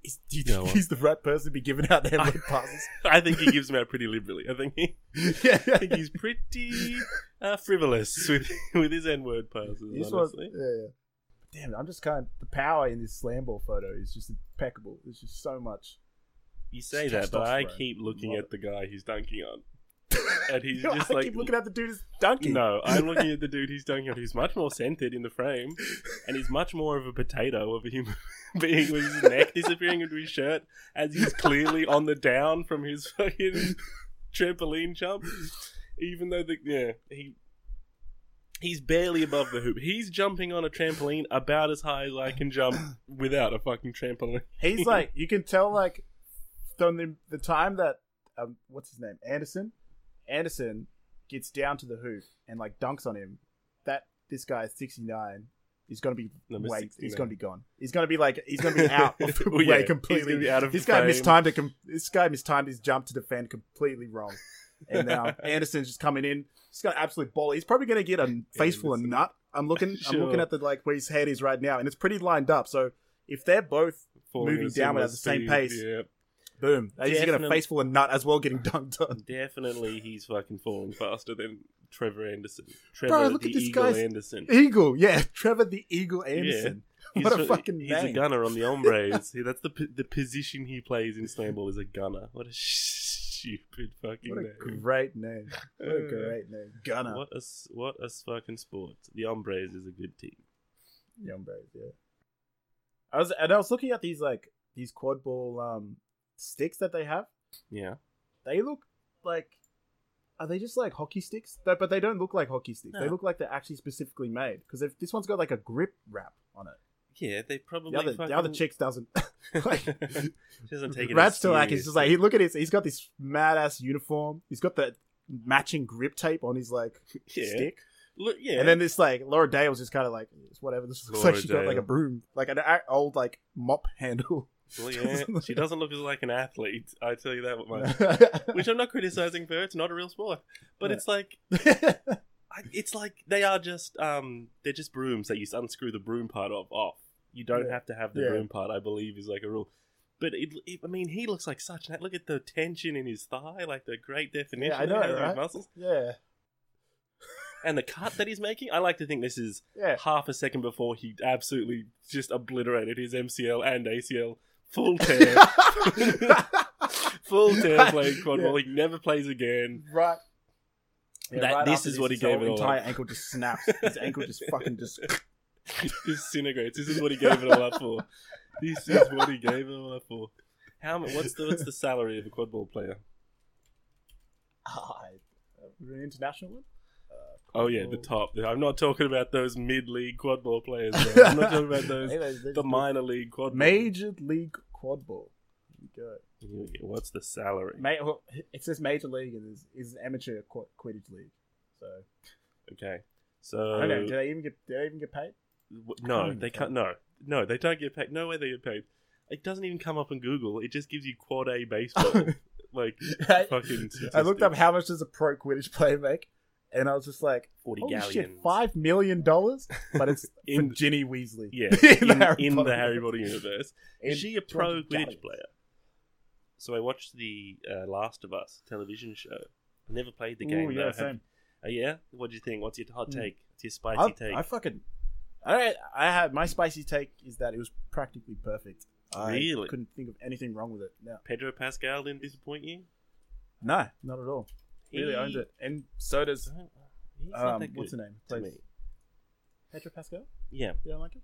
Is, do you Go think on. he's the right person to be giving out the headlight passes? I think he gives them out pretty liberally. I think, he, yeah, I think he's pretty uh, frivolous with, with his N word passes, This one, honestly. yeah, yeah. Damn, I'm just kind of the power in this slam ball photo is just impeccable. There's just so much. You say that, but I keep looking Love at the guy he's dunking on. And he's just I like- keep looking at the dude as dunking. No, I'm looking at the dude he's dunking on who's much more centered in the frame, and he's much more of a potato of a human being with his neck disappearing into his shirt as he's clearly on the down from his fucking trampoline jump. Even though the yeah, he he's barely above the hoop. He's jumping on a trampoline about as high as I can jump without a fucking trampoline. He's like, you can tell, like, from the, the time that, um, what's his name? Anderson? Anderson gets down to the hoop and, like, dunks on him. That, this guy, 69, He's gonna be Number way. 60, He's man. gonna be gone. He's gonna be like he's gonna be out of the Oh, way yeah. He's completely. gonna be out of this the guy frame. mistimed it. Com- this guy mistimed his jump to defend completely wrong. And now Anderson's just coming in. He's got absolute ball. He's probably gonna get a face full of Anderson. nut. I'm looking. I'm looking Sure. at the like where his head is right now, and it's pretty lined up. So if they're both Falling Moving at a similar downward at the same speed, pace. yeah. boom, he's gonna get a Definitely. face full of nut as well, getting dunked on. Definitely, he's fucking falling faster than Trevor Anderson. Trevor Bro, look the at this Eagle guy's- Anderson. Eagle, yeah, Trevor the Eagle Anderson. He's What a so- fucking He's a name. gunner on the hombres. He- That's the p- the position he plays in Snowball is a gunner. What a stupid fucking What a name. great name. What a great name. Gunner. What a s- what a s- fucking sport. The hombres is a good team. Young Braves, yeah. I was and I was looking at these like these quad ball um sticks that they have. Yeah, They look like are they just like hockey sticks? No, but they don't look like hockey sticks. They No. look like they're actually specifically made because this one's got like a grip wrap on it. yeah. They probably The other fucking... the other chicks doesn't. like, She doesn't take it. as Radstilak is just like seriously. he look at his. He's got this mad ass uniform. He's got the matching grip tape on his like yeah. stick. Look, yeah. And then this like Laura Day was just kind of like it's whatever. This looks Laura like she got like Dale. a broom, like an a- old like mop handle. Well, yeah, she doesn't look like an athlete. I tell you that much. Which I'm not criticizing for. It's not a real sport, but Yeah. it's like I- it's like they are just um they're just brooms that you unscrew the broom part of off. You don't Yeah. have to have the Yeah. broom part. I believe is like a rule. But it, it, I mean, he looks like such. An, look at the tension in his thigh, like the great definition Yeah, I there know, of right? his muscles, yeah, and the cut that he's making. I like to think this is yeah. half a second before he absolutely just obliterated his MCL and ACL full tear, full tear playing quad Yeah. ball. He never plays again. Right. That- this after is what he his gave whole it all entire up. ankle just snaps. His ankle just fucking just. disintegrates. This is what he gave it all up for. This is what he gave it all up for. How mu- What's the what's the salary of a quad ball player? Ah, an international one. Oh yeah, the top. I'm not talking about those mid league quad ball players. Bro. I'm not talking about those the minor league quad. ball. Major League Quad Ball. There you go. What's the salary? Ma- well, it says Major League and is is an amateur qu- Quidditch league. So Okay, I don't so know. Do they even get? Do they even get paid? w- no, can't they even can't. No, no, they don't get paid. No way they get paid. It doesn't even come up on Google. It just gives you quad A baseball. like I, fucking. I looked up statistics. how much does a pro Quidditch player make, and I was just like, forty "Holy shit, galleons. five million dollars!" But it's In- for Ginny Weasley. Yeah, In in, the Harry in Potter the Harry Potter universe. And Is she a pro 200 galleons. Quidditch player? So I watched the uh, Last of Us television show. I never played the game. Ooh, though. yeah, Have- same. Uh, yeah? What do you think? What's your hot Mm. take? What's your spicy I, take? I fucking. All right, I had my spicy take is that it was practically perfect. I Really? couldn't think of anything wrong with it. No, Pedro Pascal didn't disappoint you? no, not at all. Really He- owned it, and so does Don't- He's not um, that good what's her name? to Plays- me. Pedro Pascal. Yeah, You don't like him?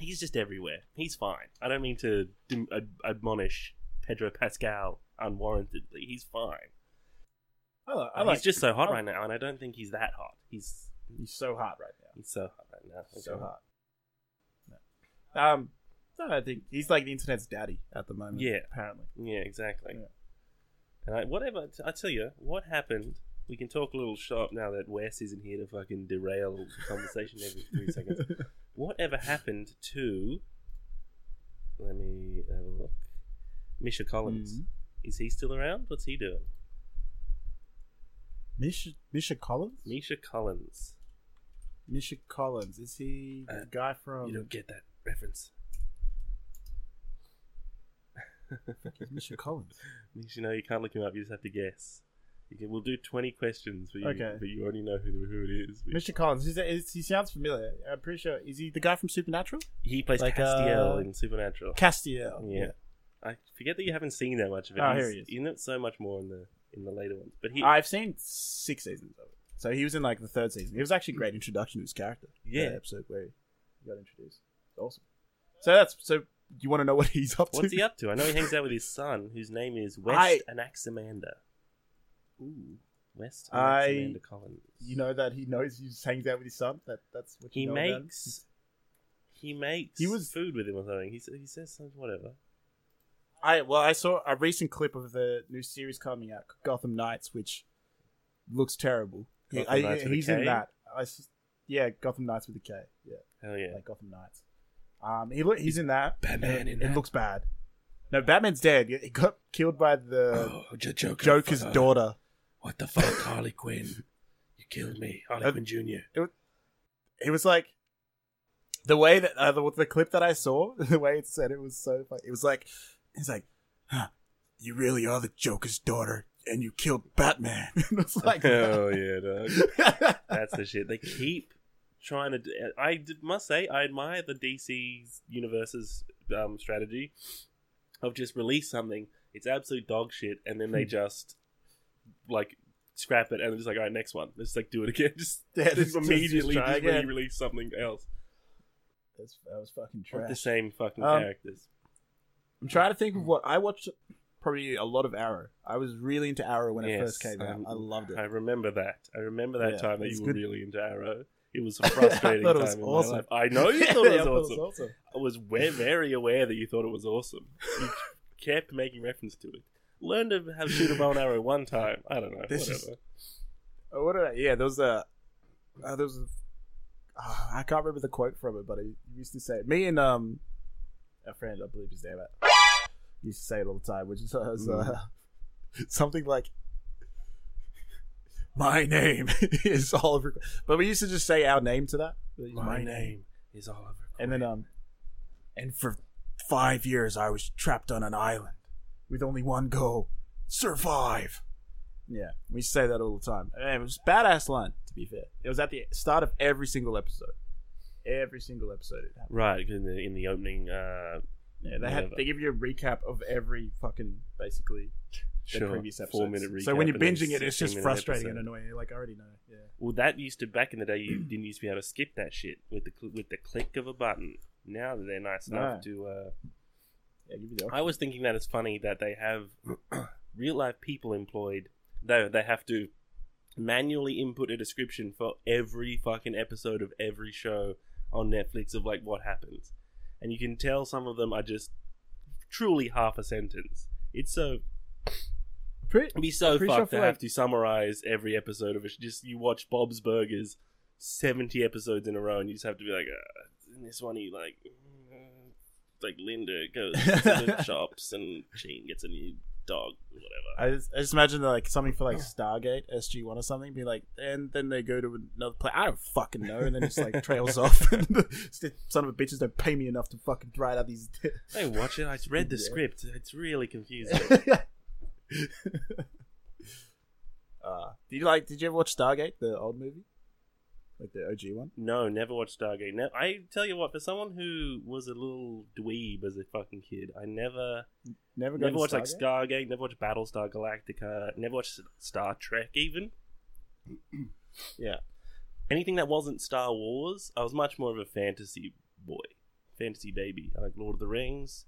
he's just everywhere. He's fine. I don't mean to dim- ad- admonish Pedro Pascal unwarrantedly. He's fine. I like. I he's like just so hot I- right now, and I don't think he's that hot. He's He's so hot right now. he's so hot right now. So hot. No. Um, no, I think he's like the internet's daddy at the moment. Yeah. apparently. Yeah, exactly. Yeah. And I, whatever, I tell you, what happened? We can talk a little shop now that Wes isn't here to fucking derail the conversation every three seconds. Whatever happened to? Let me have a look. Misha Collins Mhm. is he still around? What's he doing? Misha, Misha Collins. Misha Collins. Misha Collins is he the Uh, guy from you don't get that reference. Misha Collins? Misha, no, you can't look him up. You just have to guess. You can, we'll do twenty questions for you, Okay. but you already know who, who it is. Misha Collins. Is, is, he sounds familiar. I'm pretty sure. Is he the guy from Supernatural? He plays Like, Castiel uh, in Supernatural. Castiel. Yeah. I forget that you haven't seen that much of it. Oh, He's- here he is. You know so much more in the in the later ones. But he I've seen six seasons of it. So he was in like the third season. It was actually a great introduction to his character. Yeah. That episode where he got introduced. It's awesome. So that's so. You want to know what he's up to? what's he up to? I know he hangs out with his son, whose name is West I- Anaximander. Ooh. West I- Anaximander Collins. you know that he knows he just hangs out with his son. That that's what he you know about him? makes he makes He was- food with him or something. He s- he says something whatever. I well, I saw a recent clip of the new series coming out, Gotham Knights, which looks terrible. Gotham I- Knights with a he's in K? that. I s yeah, Gotham Knights with a K. Yeah, Hell yeah. like Gotham Knights. Um, he lo- he's in that. Batman and in it that? looks bad. No, Batman's dead. He got killed by the oh, J- Joker, Joker's fuck. daughter. What the fuck, Harley Quinn? You killed me, Harley Uh, Quinn Junior. It was like the way that uh, the, the clip that I saw, the way it said it was so funny. It was like it's like, huh, you really are the Joker's daughter, and you killed Batman. it was like, Hell yeah, dog. yeah, That's the shit. They keep trying to. d- I d- must say, I admire the DC's universe's um, strategy of just release something. It's absolute dog shit, and then Hmm. they just like scrap it, and they're just like, all right, next one. Let's like do it again. Just, just immediately just try again. release something else That's- that was fucking with the trash. same fucking Um, characters. I'm trying to Hmm. think of what I watched. Probably a lot of Arrow. I was really into Arrow when it first Yes, came out. um, I loved it. I remember that. I remember that Yeah, time that it's you were good. really into Arrow. It was a frustrating thought time it was in awesome. my life. I know you thought Yeah, it I thought was awesome. I was we- very aware that you thought it was awesome. You kept making reference to it. Learn to have shoot a bow and arrow one time. I don't know. This is- whatever. Oh, what did I, yeah, there was a uh, there was a, uh, I can't remember the quote from it, but he used to say it. Me and um a friend, I believe his name, uh, used to say it all the time, which is uh, was, uh, Hmm. something like my name is Oliver, but we used to just say our name to that. My name is Oliver. and then um, and for five years I was trapped on an island with only one goal: survive. Yeah, we say that all the time. And it was a badass line, to be fair. It was at the start of every single episode. Every single episode. It happened. Right in the in the opening uh, Yeah, they had Whatever. they give you a recap of every fucking basically the sure, previous episode. four minute recap. so when you're and then binging it, it's just 16-minute frustrating episode. and annoying. You're like, I already know. Yeah. Well, that used to back in the day, you didn't used to be able to skip that shit with the cl- with the click of a button. Now they're nice enough to. Uh, Yeah, give you the I was thinking that it's funny that they have real life people employed, though they have to manually input a description for every fucking episode of every show on Netflix of like what happens. And you can tell some of them are just truly half a sentence. It's so Pretty, it'd be so Pretty sure fucked for, to like- have to summarize every episode of it. Just you watch Bob's Burgers seventy episodes in a row, and you just have to be like, uh, in this one he like, uh, like Linda goes to the shops and she gets a new dog, whatever. I just, I just imagine like something Oh. for like Stargate SG One or something. Be like, and then they go to another place. I don't fucking know. And then it's like trails off. Son of a bitches don't pay me enough to fucking write out these. Hey, watch it. I read the Yeah. script. It's really confusing. uh, did you like? Did you ever watch Stargate, the old movie, like the OG one? No, never watched Stargate. Ne- I tell you what, for someone who was a little dweeb as a fucking kid, I never, Never, never got into watched like Stargate? Stargate, never watched Battlestar Galactica, never watched Star Trek even. Yeah, anything that wasn't Star Wars, I was much more of a fantasy boy, fantasy baby. I like Lord of the Rings.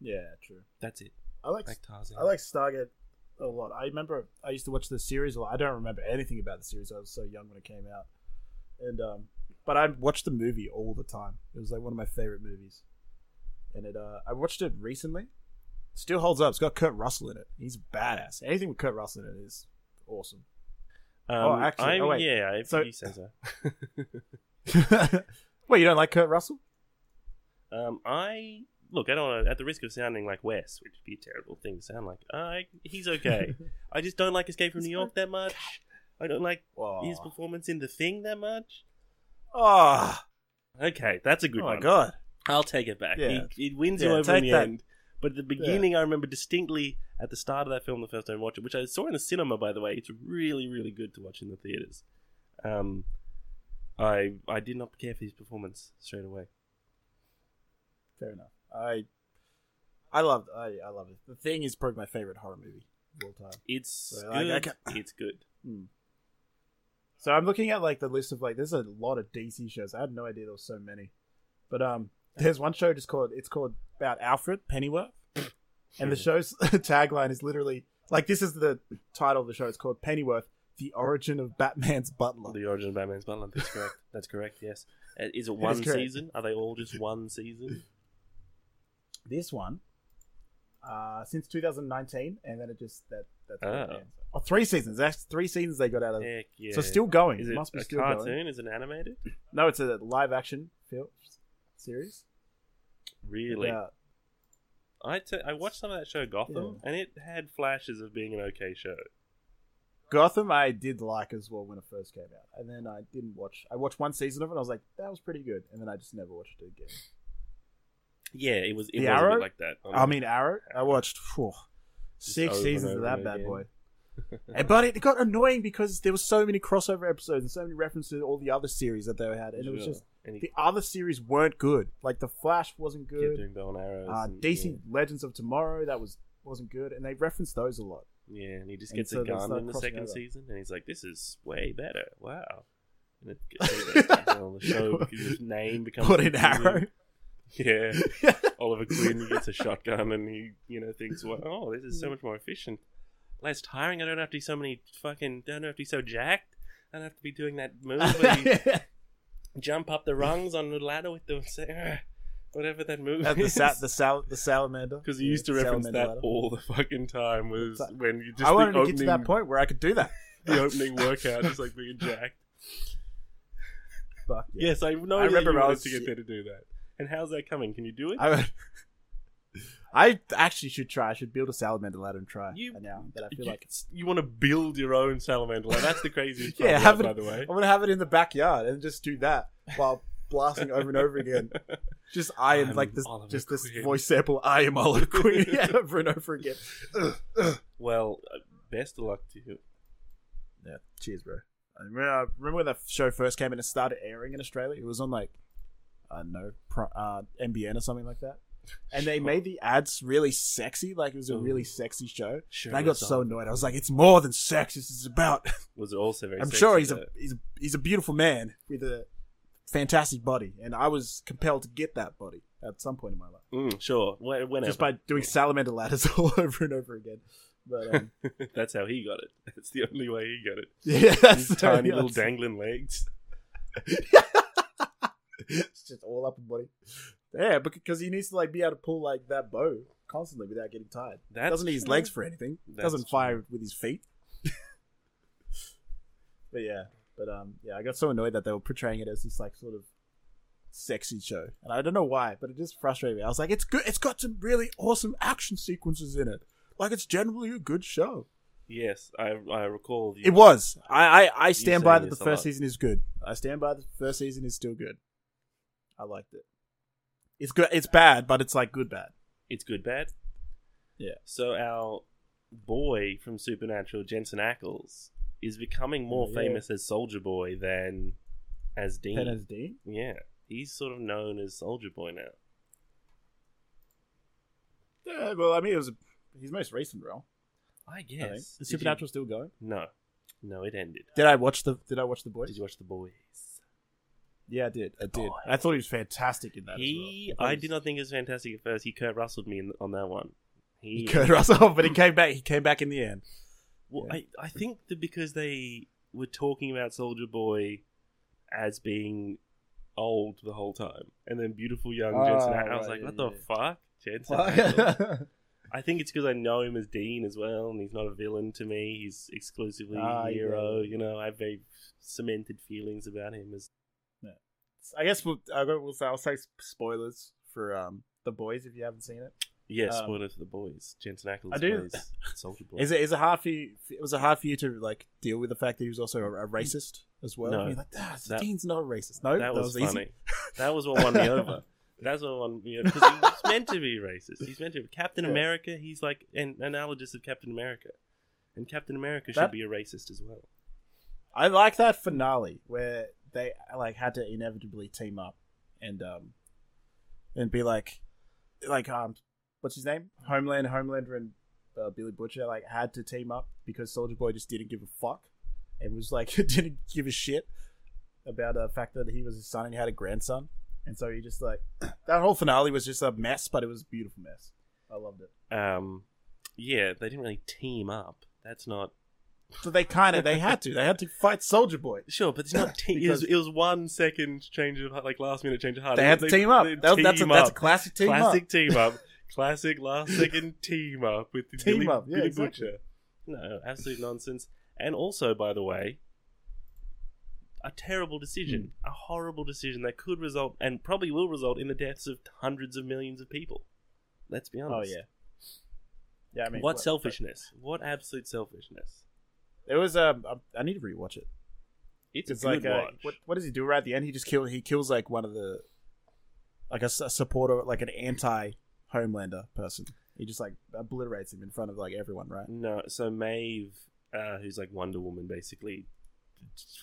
yeah, true. That's it. I like Like Tarzan. I like Stargate a lot. I remember I used to watch the series a lot. I don't remember anything about the series. I was so young when it came out, and um, but I watched the movie all the time. It was like one of my favorite movies, and it uh, I watched it recently. Still holds up. It's got Kurt Russell in it. He's badass. Anything with Kurt Russell in it is awesome. Um, oh, actually- I'm- oh, wait. yeah. I So- you said so. Wait, you don't like Kurt Russell? Um, I look. I don't want to, at the risk of sounding like Wes, which would be a terrible thing to sound like. I he's okay. I just don't like Escape from He's New York that much. I don't like Wow. his performance in The Thing that much. Oh, Okay, that's a good oh one. my god. I'll take it back. Yeah. He, it wins you Yeah, over in take the that. end. But at the beginning, I remember distinctly at the start of that film, the first time I watched it, which I saw in the cinema, by the way. It's really, really good to watch in the theaters. Um, I I did not care for his performance straight away. Fair enough. I I loved I I loved it. The Thing is probably my favorite horror movie of all time. It's So, like, I good. ca- it's good. So I'm looking at like the list of like there's a lot of DC shows. I had no idea there was so many. But um there's one show just called it's called about Alfred Pennyworth. And the show's tagline is literally like this is the title of the show. It's called Pennyworth, the origin of Batman's butler. The origin of Batman's Butler. That's correct. That's correct. Yes. Uh, Is it is one correct. season? Are they all just one season? This one, uh, since 2019, and then it just that that they got Oh. banned. Oh, three seasons. That's three seasons they got out of. Heck yeah. Uh, So still going. Is it, it must be a still cartoon? going. Is it animated? No, it's a live action film series. uh, Really? Yeah. I, t- I watched some of that show Gotham, and it had flashes of being an okay show. Gotham, I did like as well when it first came out, and then I didn't watch. I watched one season of it. and I was like, that was pretty good, and then I just never watched it again. Yeah, it was. It The was a Arrow? bit like that. I mean, Arrow. I watched phew, six over and seasons of over that and bad again. boy. And- but it got annoying because there were so many crossover episodes and so many references to all the other series that they had, and it was Sure. just And he the other series weren't good. Like the Flash wasn't kept good. doing bow and arrows. Uh, and, DC yeah. Legends of Tomorrow that was wasn't good, and they referenced those a lot. Yeah, and he just And gets so a they gun start in the crossing second over. season, and he's like, "This is way better. Wow." And it gets well, the show his name becomes Put in confusing. Arrow. Yeah, Oliver Queen gets a shotgun, and he you know thinks, "Well, oh, this is so much more efficient, less tiring. I don't have to be so many fucking. Don't have to be so jacked. I don't have to be doing that move where you jump up the rungs on the ladder with the whatever that move At the is." sa- the sal- the salamander. Because you used to reference that Salamander ladder. all the fucking time was It's like- when you just I the wanted opening, to get to that point where I could do that. the opening workout, just like being jacked. Fuck yeah. Yes, I know. I I remember remember I you wanted was- to get there to do that. And how's that coming? Can you do it? I, I actually should try. I should build a salamander ladder and try You- now that I feel you, like it's. you want to build your own salamander. Like, that's the craziest part. Yeah, of that, have it- by the way. I'm gonna have it in the backyard and just do that while blasting over and over again. Just I am I'm like this, Oliver just this Queen. voice sample. I am Oliver Queen yeah, over and over again. Well, uh, best of luck to you. Yeah, cheers, bro. I remember, I remember when the show first came and it started airing in Australia. It was on like I don't know pro, uh, MBN or something like that. And they made the ads really sexy, like it was a really sexy show. Sure, And I got so annoyed. I was like, "It's more than sex. This is about." was it also very? I'm sexy, sure he's a though? he's a, he's a beautiful man with a fantastic body, and I was compelled to get that body at some point in my life, Mm, sure. Wh- Whenever. just by doing salamander ladders all over and over again. But um, that's how he got it. That's the only way he got it. yeah, that's His tiny yeah, little that's- dangling legs. it's just all up and body. Yeah, because he needs to like be able to pull like that bow constantly without getting tired. That's Doesn't need his true. legs for anything. That's Doesn't true. fire with his feet. but yeah, but um, yeah, I got so annoyed that they were portraying it as this like sort of sexy show, and I don't know why, but it just frustrated me. I was like, it's good. It's got some really awesome action sequences in it. Like it's generally a good show. Yes, I I recall. you- It was. I I, I saying stand by that the this a first lot. season is good. I stand by the first season is still good. I liked it. It's good. It's bad, but it's like good bad. It's good bad. Yeah. So our boy from Supernatural, Jensen Ackles, is becoming more Oh, yeah. famous as Soldier Boy than as Dean. Pen as Dean. yeah, he's sort of known as Soldier Boy now. Yeah. Well, I mean, it was his most recent role. I I think. guess Is Did you- Supernatural still going? No, no, it ended. Did I watch the Did I watch the boys? Did you watch the boys? Oh, Yeah, I did. I did. Boys. I thought he was fantastic in that. He, as well. I did not think it was fantastic at first. He Kurt Russelled me in, on that one. He, Kurt Russell, but he came back. He came back in the end. Well, Yeah. I, I think that because they were talking about Soldier Boy as being old the whole time, and then beautiful young Ah, Jensen, Ackles, I was right, like, yeah, what the yeah. fuck, Jensen? Ackles?" I think it's because I know him as Dean as well, and he's not a villain to me. He's exclusively Ah, a yeah. hero. You know, I have very cemented feelings about him as I guess we'll. I will we'll say. I'll say spoilers for um the boys if you haven't seen it. yeah. Um, Spoiler for the boys, Jensen Ackles I do- plays Soldier Boy. Is it is it hard for you? It was it hard for you to like deal with the fact that he was also a, a racist as well. No. You're like, ah, That- Dean's not a racist. No, that was, easy. funny. That was what won me over. That's what won me over because he was meant to be racist. He's meant to. be. Captain Yes. America. He's like an analogous of Captain America, and Captain America That- should be a racist as well. I like that finale where they like had to inevitably team up and um and be like like um what's his name Homeland Homelander and uh, Billy Butcher like had to team up because Soldier Boy just didn't give a fuck and was like didn't give a shit about the fact that he was his son and he had a grandson and so he just like that whole finale was just a mess but it was a beautiful mess I loved it Um, yeah, they didn't really team up. That's not so they kind of they had to they had to fight Soldier Boy sure, but it's not. Te- it, was, Because- it was one second change of heart, like last minute change of heart. they had to team up they that was, that's, a, team that's a up. classic team up. classic team up, classic last second team up with the Team Billy, up, yeah, Billy exactly. Butcher. No, absolute nonsense. And also, by the way, a terrible decision, Hmm. a horrible decision that could result and probably will result in the deaths of hundreds of millions of people. Let's be Oh honest. yeah, yeah. I mean, what selfishness? What absolute selfishness? It was. Um, I- I need to rewatch it. It's, It's a like good uh watch. what what does he do right at the end? He just kill he kills like one of the like a, s- a supporter like an anti Homelander person. He just like obliterates him in front of like everyone, right? No, so Maeve, uh, who's like Wonder Woman, basically,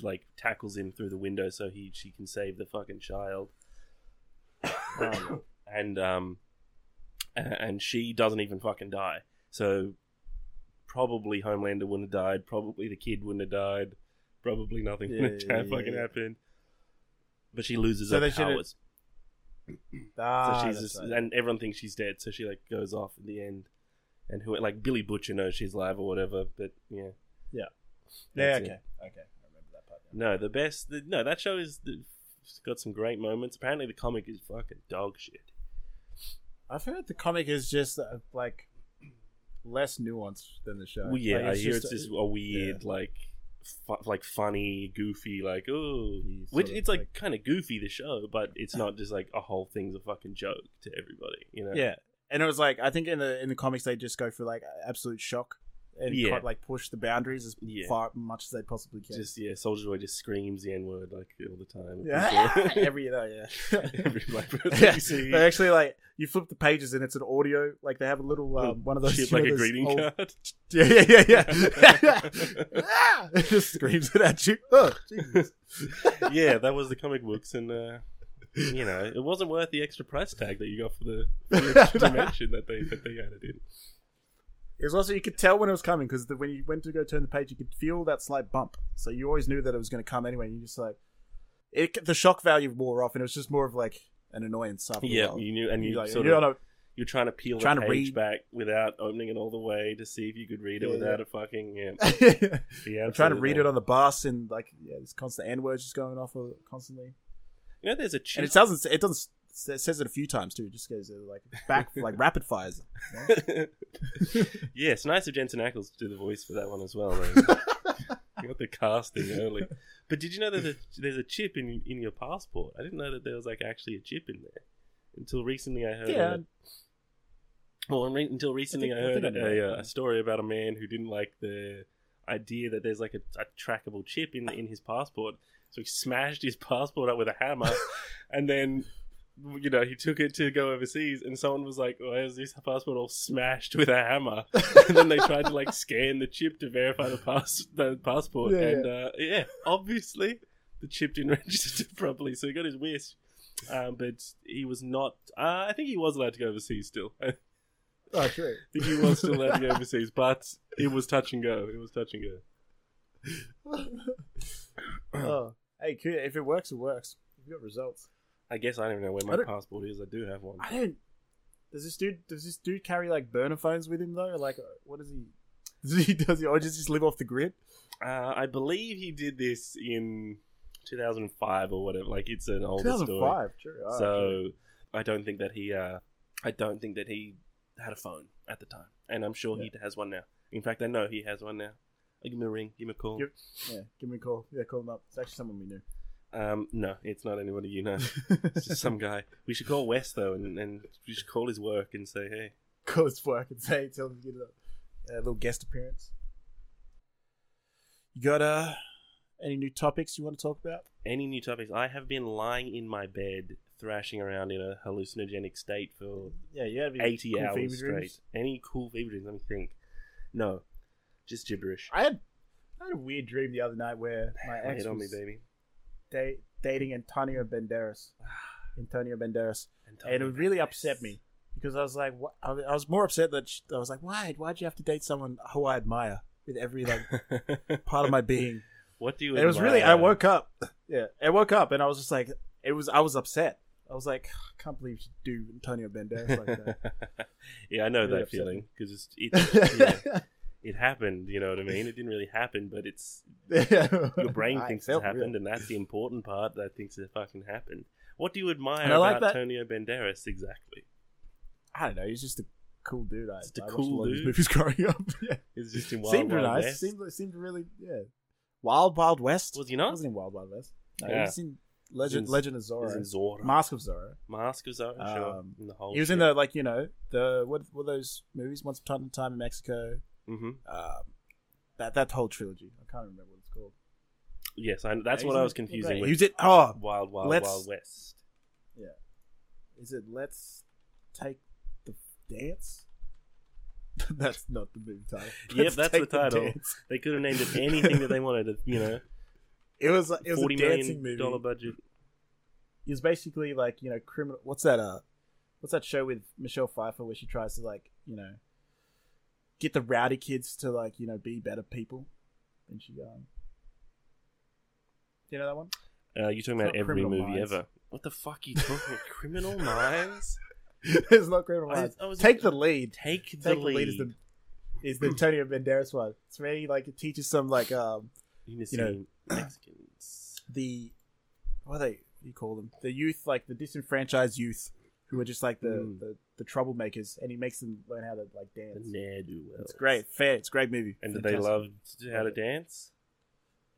like tackles him through the window so he she can save the fucking child. Um, and um, a- and she doesn't even fucking die. So probably Homelander wouldn't have died. Probably the kid wouldn't have died. Probably nothing Yeah, would have yeah, yeah, fucking yeah. happened. But she loses So her they should've- powers. Ah, So she's that's just, right. and everyone thinks she's dead, so she like goes off in the end. And who like Billy Butcher knows she's alive or whatever, but yeah. Yeah. yeah, That's okay, it. okay. I remember that part. No, the best the, no, that show is the, it's got some great moments. Apparently the comic is fucking dog shit. I've heard the comic is just uh, like less nuanced than the show. Well, yeah, Like, I hear it's just a weird yeah. like fu- like funny, goofy like oh, He sort which of, it's like, like- kind of goofy the show, but it's not just like a whole thing's a fucking joke to everybody, you know. yeah. And it was like I think in the in the comics they just go for like absolute shock and Yeah. can't, like push the boundaries as Yeah. far much as they possibly can. Just yeah, Soldier Boy just screams the N word like all the time. yeah, every you know, yeah. Every black person Yeah, you see. they actually like you flip the pages and it's an audio like they have a little um, one of those Shit, you know, like a those greeting old- card. yeah yeah yeah yeah Ah! it just screams it at you oh Jesus. yeah, that was the comic books, and uh, you know, it wasn't worth the extra price tag that you got for the, for the extra dimension that they that they added in. it was also you could tell when it was coming because when you went to go turn the page you could feel that slight bump so you always knew that it was going to come anyway and you just like it the shock value wore off and it was just more of like an annoyance after a Yeah, while. you knew, and you like, sort you of know, you're trying to peel trying the to page read- back without opening it all the way to see if you could read it Yeah, without a fucking yeah. yeah I'm trying to read it absolutely. on the bus and like yeah this constant n words just going off all- constantly You know, there's a cheap And it doesn't. It doesn't. It says it a few times too. It just goes uh, like back, like rapid fires. yes, nice of Jensen Ackles to do the voice for that one as well. Man. you got the casting early. But did you know that there's a, there's a chip in in your passport? I didn't know that there was like actually a chip in there until recently. I heard. Yeah. a- well, re- until recently, I, I heard think I know a, that. uh, a story about a man who didn't like the idea that there's like a, a trackable chip in in his passport, so he smashed his passport up with a hammer, and then you know, he took it to go overseas, and someone was like, "Why is this passport all smashed with a hammer?" and then they tried to like scan the chip to verify the pass the passport, Yeah, and Uh, yeah, obviously the chip didn't register properly, so he got his wish. Um, but he was not. Uh, I think he was allowed to go overseas still. I Oh, true. think he was still allowed to go overseas, but it was touch and go. It was touch and go. oh, hey, cool. if it works, it works. You've got results. I guess I don't even know where I my don't- passport is. I do have one. I don't. Does this dude? Does this dude carry like burner phones with him though? Like, uh, what does he? Does he? Does he? Or does he just live off the grid? Uh, I believe he did this in 2005 or whatever. Like it's an older story. 2005. True. Oh, true. so I don't think that he uh, I don't think that he had a phone at the time, and I'm sure he has one now. In fact, I know he has one now. Uh, Give him a ring. Give him a call. Give- yeah, give me a call. Yeah, call him up. It's actually someone we knew. Um, no, it's not anybody you know. It's just some guy. We should call West though, and, and we should call his work and say, "Hey, Call his work and say, tell him to get a, a little guest appearance. You got uh, any new topics you want to talk about? any new topics?" I have been lying in my bed, thrashing around in a hallucinogenic state for Yeah, you have 80 cool hours fever straight. dreams? Any cool fever dreams? Let me think. No, just gibberish. I had I had a weird dream the other night where my Lay ex it on me, was baby. da- dating Antonio Banderas. Antonio Banderas, tell and it me really about upset this. me because I was like, wha- I was- I was more upset that she, I was like, why? Why'd you have to date someone who I admire with every like part of my being? what do you? And it was really. I admire? woke up. Yeah, I woke up and I was just like, it was. I was upset. I was like, I can't believe you do Antonio Banderas like that. yeah, I know Really that upset feeling because it's it, yeah, it happened. You know what I mean? It didn't really happen, but it's your brain I thinks it's felt real. happened, and that's the important part that thinks it fucking happened. What do you admire And I like about that- Antonio Banderas exactly? I don't know. He's just a cool dude. I, Just a I watched a cool lot of his dude. movies growing up. yeah. It's just in Wild seemed Wild nice. West. Seemed seemed really yeah. Wild Wild West Was he not? wasn't in Wild Wild West. No, he Yeah. was in Legend in- Legend of It was in Zorro, Zorro. Mask of Zorro. Mask was Zorro. sure. Um, in the whole He was in the like you know the what were those movies? Once upon a time in Mexico. hmm Um, that that whole trilogy. I can't remember what it's called. Yes, I, that's Yeah, what he's I in- was confusing He with was in oh Wild Wild Let's- Wild West. Is it Let's Take the Dance? that's not the movie title. Yep, Let's that's Take the title. Dance. They could have named it anything that they wanted. To, you know, It was it was forty a dancing million movie. dollar budget. It was basically like you know criminal. What's that? Uh, what's that show with Michelle Pfeiffer where she tries to like you know get the rowdy kids to like you know be better people, and she um. Do you know that one? Uh, you're talking It's about not every Criminal movie Minds. ever. What the fuck are you talking about? Criminal Minds? it's not Criminal I- Minds. I was- Take the lead. Take the Take lead. is the is the Antonio Banderas one. It's where he like teaches some like um you you know- know, Mexicans. the what are they you call them the youth like the disenfranchised youth who are just like the Mm. the, the troublemakers and he makes them learn how to like dance. The ne'er do well. It's great, fair. It's a great movie. And do they Fantastic. love how to dance?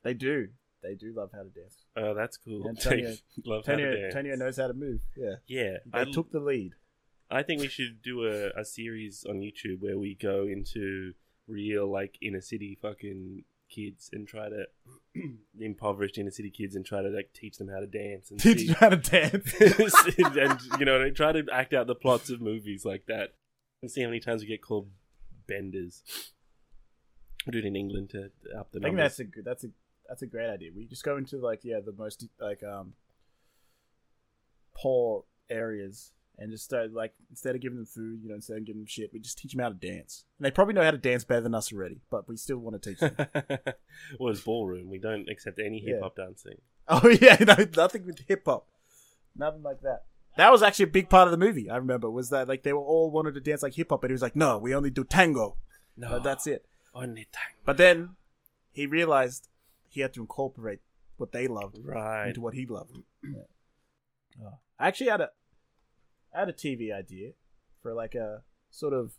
They do. They do love how to dance. Oh, that's cool. And Antonio- Take- love how to Antonio, dance. Antonio knows how to move. Yeah, yeah, they I, took the lead. I think we should do a, a series on YouTube where we go into real, like, inner city fucking kids and try to impoverished inner city kids and try to like teach them how to dance and Teach see, them how to dance. and, you know try to act out the plots of movies like that and see how many times we get called benders. We do it in England to up the I think numbers. that's a good. That's a that's a great idea. We just go into like yeah the most like um poor areas and just start like instead of giving them food, you know, instead of giving them shit, we just teach them how to dance. And they probably know how to dance better than us already, but we still want to teach them. well, it's ballroom. We don't accept any Yeah. hip hop dancing. oh yeah, no, nothing with hip hop, nothing like that. That was actually a big part of the movie. I remember was that like they were all wanted to dance like hip hop, but he was like, no, we only do tango. No, But that's it. only time. But then he realized he had to incorporate what they loved Right. into what he loved. Oh. I actually had a I had a TV idea for like a sort of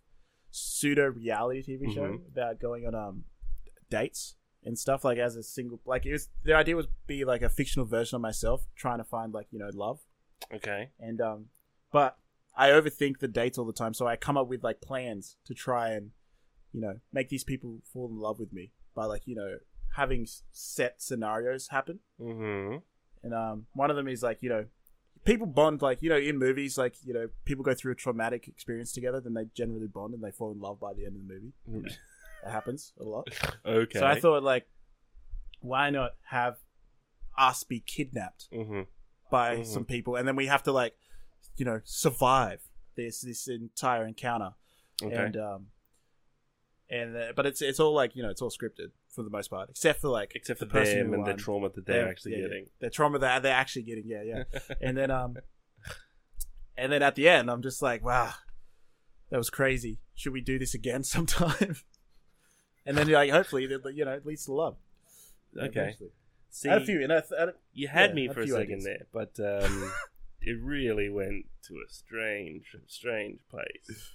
pseudo reality TV show Mhm. about going on um dates and stuff like as a single like it was the idea was be like a fictional version of myself trying to find like you know love Okay. and um but I overthink the dates all the time so I come up with like plans to try and you know make these people fall in love with me by like you know having s- set scenarios happen Mm-hmm. and um, one of them is like, you know, people bond like, you know, in movies, like, you know, people go through a traumatic experience together, then they generally bond and they fall in love by the end of the movie. It happens a lot. okay. So I thought, like, why not have us be kidnapped Mm-hmm. by Mhm. some people and then we have to, like, you know, survive this this entire encounter Okay. and um and uh, but it's it's all like you know it's all scripted for the most part except for like Except for the person them who and the won. trauma that they're Yeah, actually yeah, yeah. getting. the trauma that they're actually getting. Yeah, yeah. and then um, and then at the end, I'm just like, wow, that was crazy. Should we do this again sometime? and then like, hopefully, that- you know, it leads to love. Okay. Eventually. See, I had a few, and I, th- I had a- you had yeah, me a for a few second ideas. there, but um, it really went to a strange, strange place.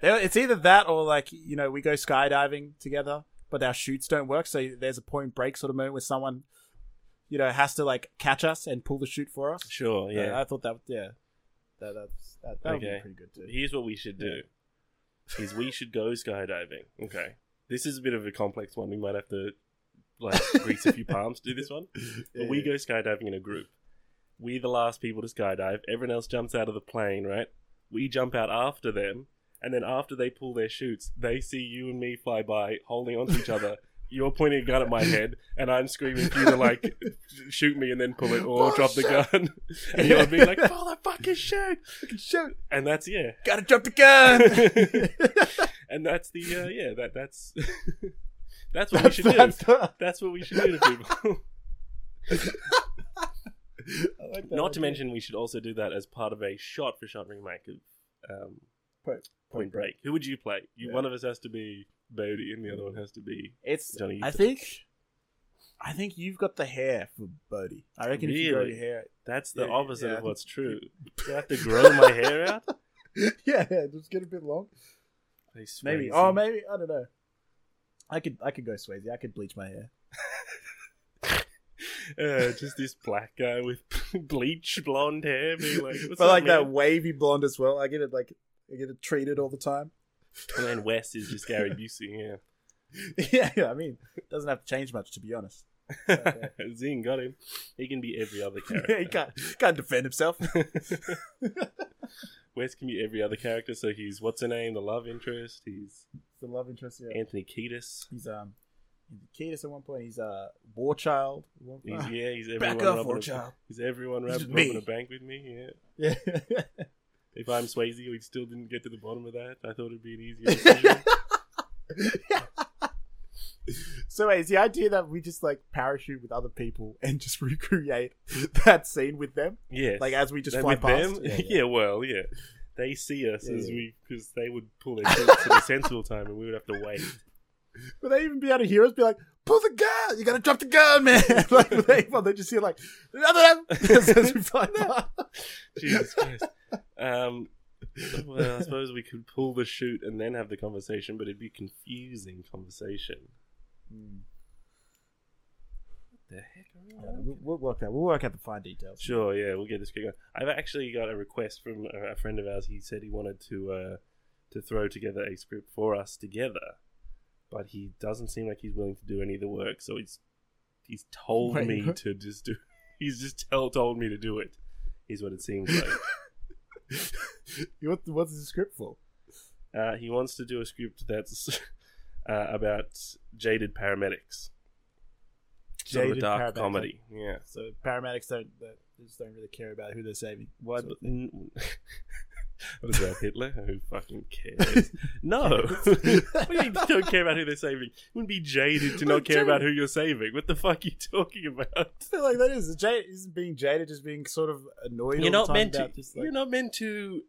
there- it's either that or like you know we go skydiving together, but our chutes don't work. So there's a point break sort of moment where someone, you know, has to like catch us and pull the chute for us. Sure. Yeah. I thought that yeah, that that's, that, that Okay. would be pretty good too. Here's what we should do: is we should go skydiving. Okay. This is a bit of a complex one. We might have to like grease a few palms to do this one. But we go skydiving in a group. We're the last people to skydive. Everyone else jumps out of the plane, right? We jump out after them, and then after they pull their chutes, they see you and me fly by holding onto each other. You're pointing a gun at my head, and I'm screaming for you to like shoot me and then pull it or drop the gun. and you're being like, "Pull the fucking shoot!" shoot. And that's yeah, Gotta drop the gun. and that's the uh, yeah that that's that's what we should do. That's what we should do to people. Not to mention, we should also do that as part of a shot for shot remake of um, Point- Point Break. Who would you play? You, Yeah. One of us has to be Bodie, and the other one has to be it's. Johnny. I Utah. think, I think you've got the hair for Bodhi. I reckon if you grow Really? your hair, that's the Yeah, opposite yeah, I of think- what's true. Do I have to grow my hair out? yeah, yeah, just get a bit long. They sway Maybe. some- Oh, maybe I don't know. I could I could go Swayze. I could bleach my hair. Uh, just this black guy with bleach blonde hair being like, What's but up, like that man? wavy blonde as well. I get it like I get it treated all the time. And then Wes is just Gary Busey, yeah. yeah, yeah, I mean, doesn't have to change much to be honest. Okay. Zing got him. He can be every other character. he can't can't defend himself. Wes can be every other character. So he's what's her name, the love interest. He's the love interest. Yeah. Anthony Kiedis. He's um, he's a kid at one point. He's a war child. at one He's, point. yeah, he's everyone. Ah, Back off, robbing war a- child. He's everyone He's rob- just robbing me. a bank with me. Yeah. Yeah. If I'm Swayze, we still didn't get to the bottom of that. I thought it'd be an easier decision. so wait, is the idea that we just like parachute with other people and just recreate that scene with them, yes. like as we just And fly with past? them, yeah, Well, yeah. They see us Yeah, as yeah. we because they would pull their troops at a sensible time, and we would have to wait. Would they even be able to hear us? Be like, pull the gun! You gotta drop the gun, man! like, would they, well, they just hear like, "Another one!" as we fly past. Jesus Christ. Um, well, I suppose we could pull the shoot and then have the conversation, but it'd be confusing conversation. The heck are we Mm. Yeah, on? we'll, we'll work out. We'll work out the fine details. Sure, yeah, we'll get this kick on. I've actually got a request from a a friend of ours. He said he wanted to uh, to throw together a script for us together, but he doesn't seem like he's willing to do any of the work. So he's he's told Wait, me what? to just do. He's just tell, told me to do it. Is what it seems like. What, what's the script for? Uh, he wants to do a script that's uh, about jaded paramedics. Sort of a Jaded dark paramedics. comedy. Yeah. So paramedics don't they they just don't really care about who they're saving. Why? So- but- n- what is that, Hitler? Who fucking cares? No. what do you mean don't care about who they're saving? You wouldn't be jaded to Well, not care about jaded- who you're saving. What the fuck are you talking about? I feel like that is jaded. Isn't being jaded just being sort of annoyed? You're all not the time meant to. about Just like, You're not meant to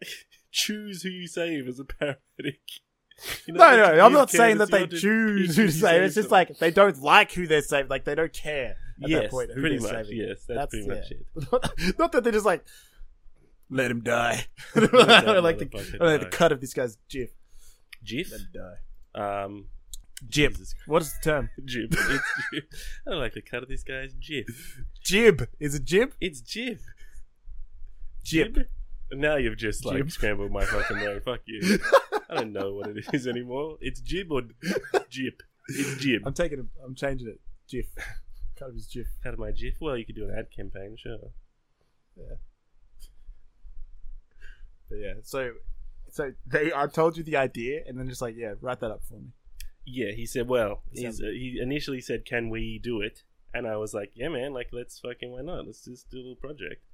choose who you save as a paramedic. You're no, not meant to no, give I'm not saying candidates that they the choose who opportunity to to save. save It's just someone. like they don't like who they're saving. Like they don't care at yes, that point who pretty they're much. saving. Yes, that's, That's- pretty yeah. much it. not that they're just like, let him die. I that don't like the, motherfucker I don't like the die. cut of this guy's jib. Jif. Let him die. Um, Jib. Jesus Christ. What is the term? Jib. It's Jib. I don't like the cut of this guy's jib. Jib. Is it jib? It's jib. Jib. Now you've just like Jib. scrambled my fucking brain. Fuck you. I don't know what it is anymore. It's jib or jip. It's jib. I'm taking. A, I'm changing it. Jif. Cut of his jif. Cut of my jib. Well, you could do an ad campaign, sure. But yeah. So, so they. I told you the idea, and then just like, yeah, write that up for me. Yeah, he said. Well, It he's, sounds- uh, he initially said, "Can we do it?" And I was like, "Yeah, man. Like, let's fucking why not? Let's just do a little project."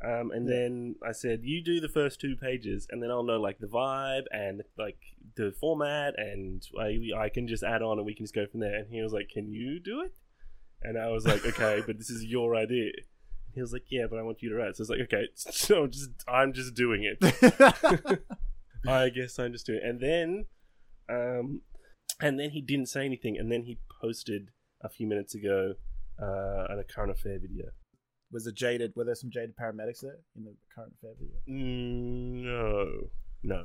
Um, and Yeah. then I said, "You do the first two pages, and then I'll know like the vibe and like the format, and I I can just add on, and we can just go from there." And he was like, "Can you do it?" And I was like, "Okay, but this is your idea." And he was like, "Yeah, but I want you to write." So I was like, "Okay, so just I'm just doing it." I guess I'm just doing it. And then, um, and then he didn't say anything. And then he posted a few minutes ago uh, a current affair video. Was it jaded? Were there some jaded paramedics there in the current fair video? Mm, No, no, no.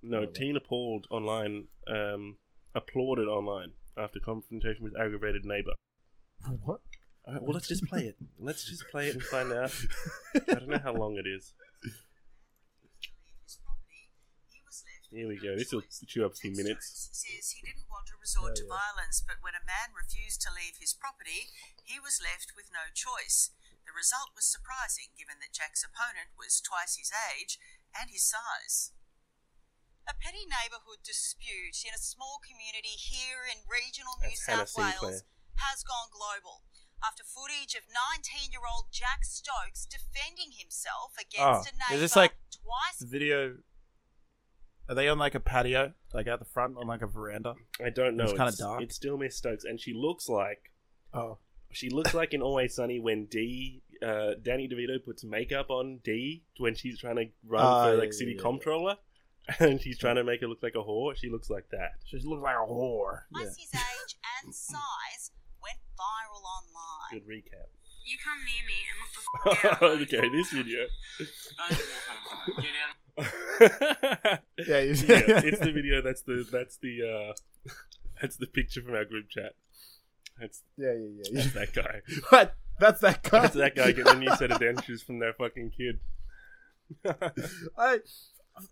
No, but- Teen appalled online, um, applauded online after confrontation with aggravated neighbor. What? All right, well, let's just play it. Let's just play it and find out. I don't know how long it is. Here we go. This will chew up a few minutes. Says he didn't want to resort to violence, but when a man refused to leave his property, he was left with no choice. The result was surprising, given that Jack's opponent was twice his age and his size. A petty neighbourhood dispute in a small community here in regional New That's Hannah South Wales Sinclair. has gone global after footage of 19 year old Jack Stokes defending himself Oh, against a Ah, neighbour is this like twice. video. Are they on like a patio, like out the front, on like a veranda? I don't know. It's kinda It's- dark. It's still Miss Stokes, and she looks like Oh, She looks like in Always Sunny when D, uh, Danny DeVito puts makeup on D when she's trying to run Ah, for yeah, like yeah, city yeah. comptroller, and she's trying to make her look like a whore. She looks like that. she looks like a whore. Twice his age and size went viral online. Good recap. You come near me and look the f- out. okay, this video. Don't walk over. Get out. Yeah, you- yeah, it's the video. That's the that's the uh, that's the picture from our group chat. That's yeah, yeah, yeah. that's that guy. What? That's that guy. That's that guy getting a new set of dentures from that fucking kid. I,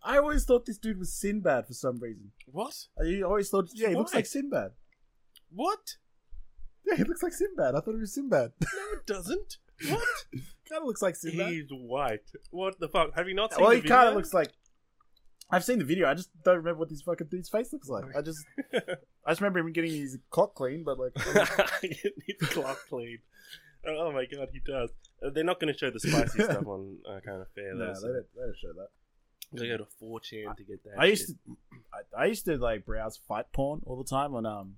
I always thought this dude was Sinbad for some reason. What? I always thought, yeah, he looks Why? like Sinbad. What? Yeah, he looks like Sinbad. I thought he was Sinbad. No, it doesn't. What? kind of looks like Sinbad. He's white. What the fuck? Have you not seen? well, the he kind of video? looks like. I've seen the video. I just don't remember what this fucking dude's face looks like. I just, I just remember him getting his clock clean, but like, it needs clock clean. Oh my god, he does. Uh, They're not going to show the spicy stuff on uh, kind of fair no, though. they so don't, they don't show that. they go to 4chan to get that. I used shit. to, I, I used to like browse fight porn all the time on um,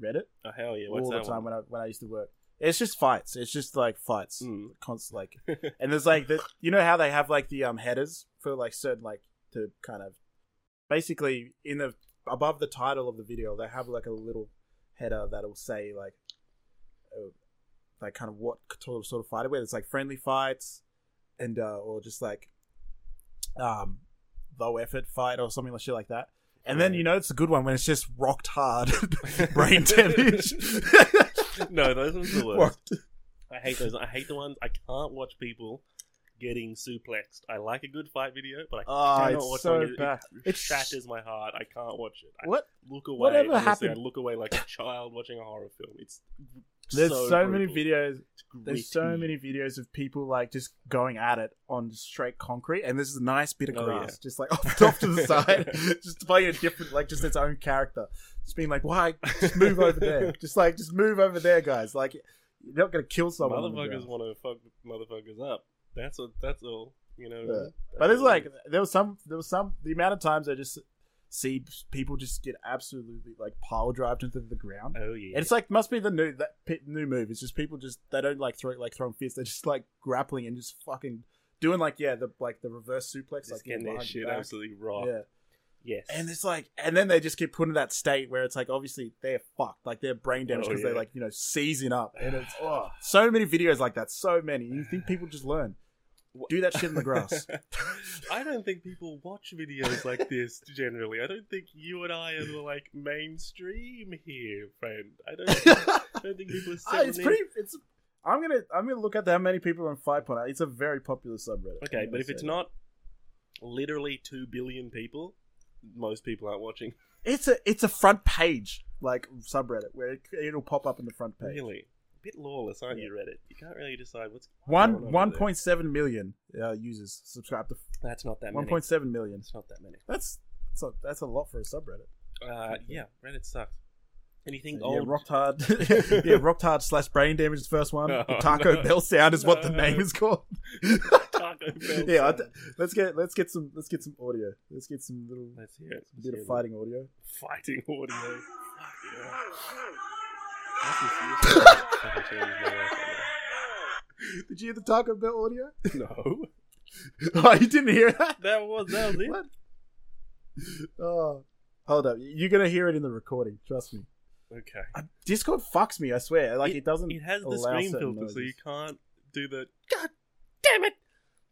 Reddit Oh, hell yeah! What's all the that time one? when I when I used to work. It's just fights. It's just like fights. Mm. Const, like, and there's like the you know how they have like the um headers for like certain like to kind of basically in the above the title of the video they have like a little header that'll say like uh, like kind of what sort of sort of fighter where it's like friendly fights and uh or just like um low effort fight or something like shit like that. And then you know it's a good one when it's just rocked hard brain damage. Hmm. no, those ones are the worst. Rocked- I hate those. I hate the ones I can't watch people getting suplexed. I like a good fight video, but I Ah, cannot it's watch so someone get- bad. It It's- shatters my heart. I can't watch it. I What? Look away. Whatever honestly, happened- I look away like a child watching a horror film. It's There's so, many brutal. videos. It's There's so gritty. many videos of people like just going at it on straight concrete, and this is a nice bit of Oh, grass, yeah. just like off, off to the side, just playing a different, like just its own character. Just being like, why? Just move over there. Just like, just move over there, guys. Like, you're not gonna kill someone. on the Motherfuckers ground. want to fuck motherfuckers up. That's what. That's all. You know. Yeah. that's But it's all. like there was some, there was some. The amount of times I just see people just get absolutely like pile drived into the ground. Oh yeah. And it's like must be the new that pe- new move. It's just people just they don't like throw like throwing fists. They're just like grappling and just fucking doing like yeah the like the reverse suplex just like getting behind their the shit back. absolutely raw. Yeah, Yes. and it's like and then they just get put in that state where it's like obviously they're fucked. Like they're brain damaged Oh, because they're yeah. like you know seizing up. And it's oh so many videos like that. So many. You think people just learn? Wha- Do that shit in the grass. I don't think people watch videos like this generally. I don't think you and I are the, like mainstream here, friend. I don't. I don't think people are. Ah, settling it's in. pretty. It's. I'm gonna. I'm gonna look at how many people are on Five Point. It's a very popular subreddit. I'm Okay, gonna but if say it's that. not literally two billion people, most people aren't watching. It's a it's a front page like subreddit where it, it'll pop up in the front page. Really, a bit lawless, aren't you, Reddit? You can't really decide what's going One on one over point seven million uh, users subscribe to there. That's not that one many. point seven million. It's not that many. That's that's a, that's a lot for a subreddit. Uh, yeah, Reddit sucks. Anything yeah, old? rocked hard. yeah, rocked hard slash brain damage is the first one. No, the Taco no. Bell sound is what the No. name is called. Taco Bell yeah, sound. I d- let's get let's get some let's get some audio. Let's get some little Let's hear it. Let's bit hear of it. fighting audio. fighting audio. Did you hear the Taco Bell audio? no, oh, you didn't hear that? that was that was it. What? Oh, hold up. You're gonna hear it in the recording. Trust me. Okay, Uh, Discord fucks me. I swear. Like it, doesn't. it has the allow screen certain filter, so you noises. can't do the. God damn it!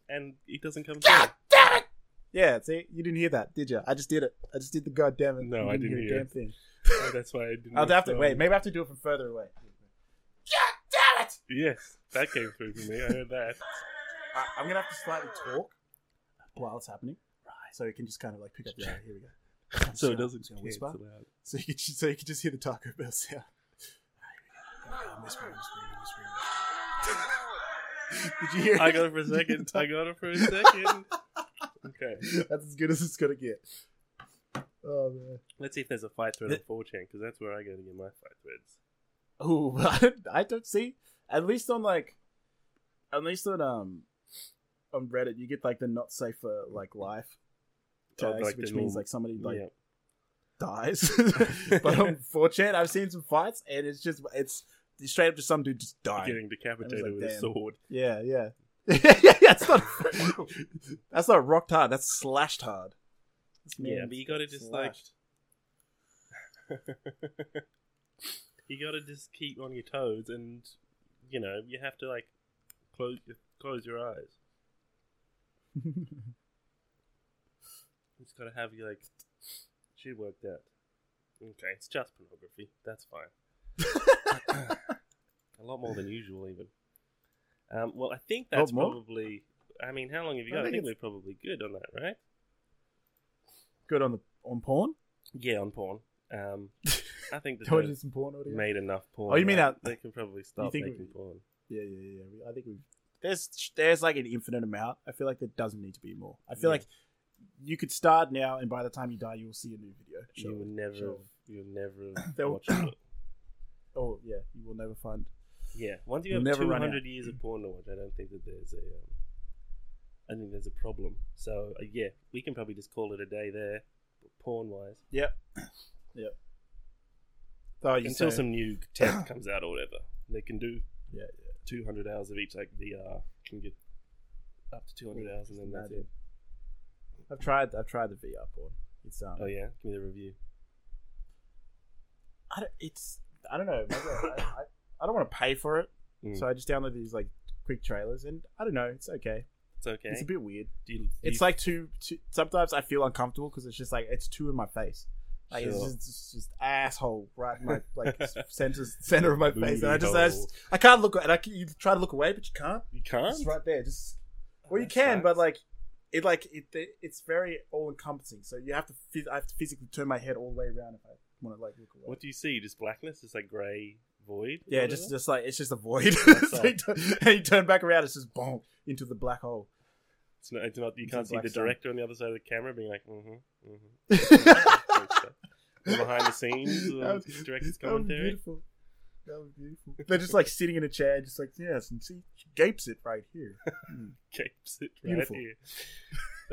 And it doesn't come through. Yeah. See, you didn't hear that, did you? I just did it. I just did the goddamn. it. No, You I didn't a hear damn it. thing. So Oh, that's why I didn't. I'll have to film. wait. Maybe I have to do it from further away. Yes, that came through for me. I heard that. I, I'm gonna have to slightly talk while it's happening, so you can just kind of like pick up the. Here we go. I'm just So it gonna- doesn't just gonna cancel whisper. out. So you can just, so you can just hear the Taco Bell sound. I'm whispering, I'm whispering, I'm whispering. Did you hear? I it? got it for a second. I got it for a second. Okay, That's as good as it's gonna get. Oh man. let's see if there's a fight thread on 4chan because that's where I go to get my fight threads. Oh, I don't, I don't see. At least on like, at least on um, on Reddit, you get like the not safe for like life Oh, tags, like the which norm- means like somebody like Yeah. dies. but on 4chan, I've seen some fights, and it's just it's straight up to some dude just dying. getting decapitated like, with a damn. sword. Yeah, yeah. yeah, that's not that's not rocked hard. That's slashed hard. This Yeah, man but you gotta just like slashed. you gotta just keep on your toes and you know, you have to like close close your eyes. It's gotta have you like she worked out. Okay, it's just pornography. That's fine. A lot more than usual, even. Um, well, I think Lot that's Oh, more? probably. I mean, how long have you I got? I think think, it's- we're probably good on that, right? Good on the on porn. Yeah, on porn. Um, I think the Told you Toads some porn audio. made enough porn. Oh, you mean right? that- they can probably stop think making we- porn? Yeah, yeah, yeah. We- I think we've there's there's like an infinite amount. I feel like there doesn't need to be more. I Yeah. feel like you could start now, and by the time you die, you will see a new video. you will Surely. never, Surely. you will never They'll- watch it. Oh yeah, you will never find. Yeah, once you You'll have never two run out. hundred years of porn to watch, I don't think that there's a, um, I think there's a problem. So uh, yeah, we can probably just call it a day there, porn wise, Yep. Yep. So oh, you until say- some new tech comes out or whatever. They can do Yeah, two hundred hours of each, like VR can get up to two hundred hours, and then that's it. I've tried. I've tried the VR porn. It's um. Oh yeah, give me the review. I don't, it's I don't know. Maybe I, I, I don't want to pay for it, Mm. so I just download these like quick trailers, and I don't know. It's okay. It's okay. It's a bit weird. do you, do It's you- like too, too. Sometimes I feel uncomfortable because it's just like it's too in my face. Like it's, Sure. just, it's just asshole right in my like center center of my face, and I just I, Booty hole. just- I can't look. And I can, you try to look away, but you can't. you can't. Oh, It's right there. Just well, you that can, but sucks. like it like it, it it's very all encompassing. So you have to phys- I have to physically turn my head all the way around if I want to like look away. What do you see? Just blackness, just like grey void. or Yeah, just whatever? just like it's just a void. That's So you turn- and you turn back around, it's just boom into the black hole. It's not, it's not, you It's can't a see black the sun. director on the other side of the camera being like, mm-hmm, mm-hmm. That Or behind the scenes, or was- director's that was commentary. beautiful. That was beautiful. They're just like sitting in a chair, just like yes, and see, she gapes it right here. Capes it right Beautiful. here.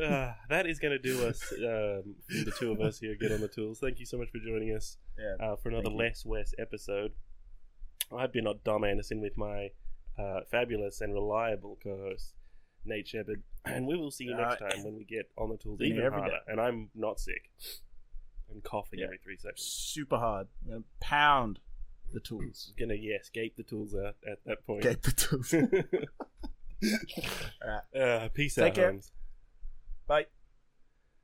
Ah, that is going to do us, um, the two of us here, get on the tools. Thank you so much for joining us Yeah, uh, for another Thank you. Less West episode. I've been on Dom Anderson with my uh, fabulous and reliable co host, Nate Shepard, and we will see you next Uh, time when we get on the tools Yeah, even every day. harder. And I'm not sick. I'm coughing Yeah. every three seconds. super hard. I'm gonna pound the tools. gonna yes gape the tools out at that point. Gape the tools. uh, peace Take Uh, out, care. Holmes. Bye.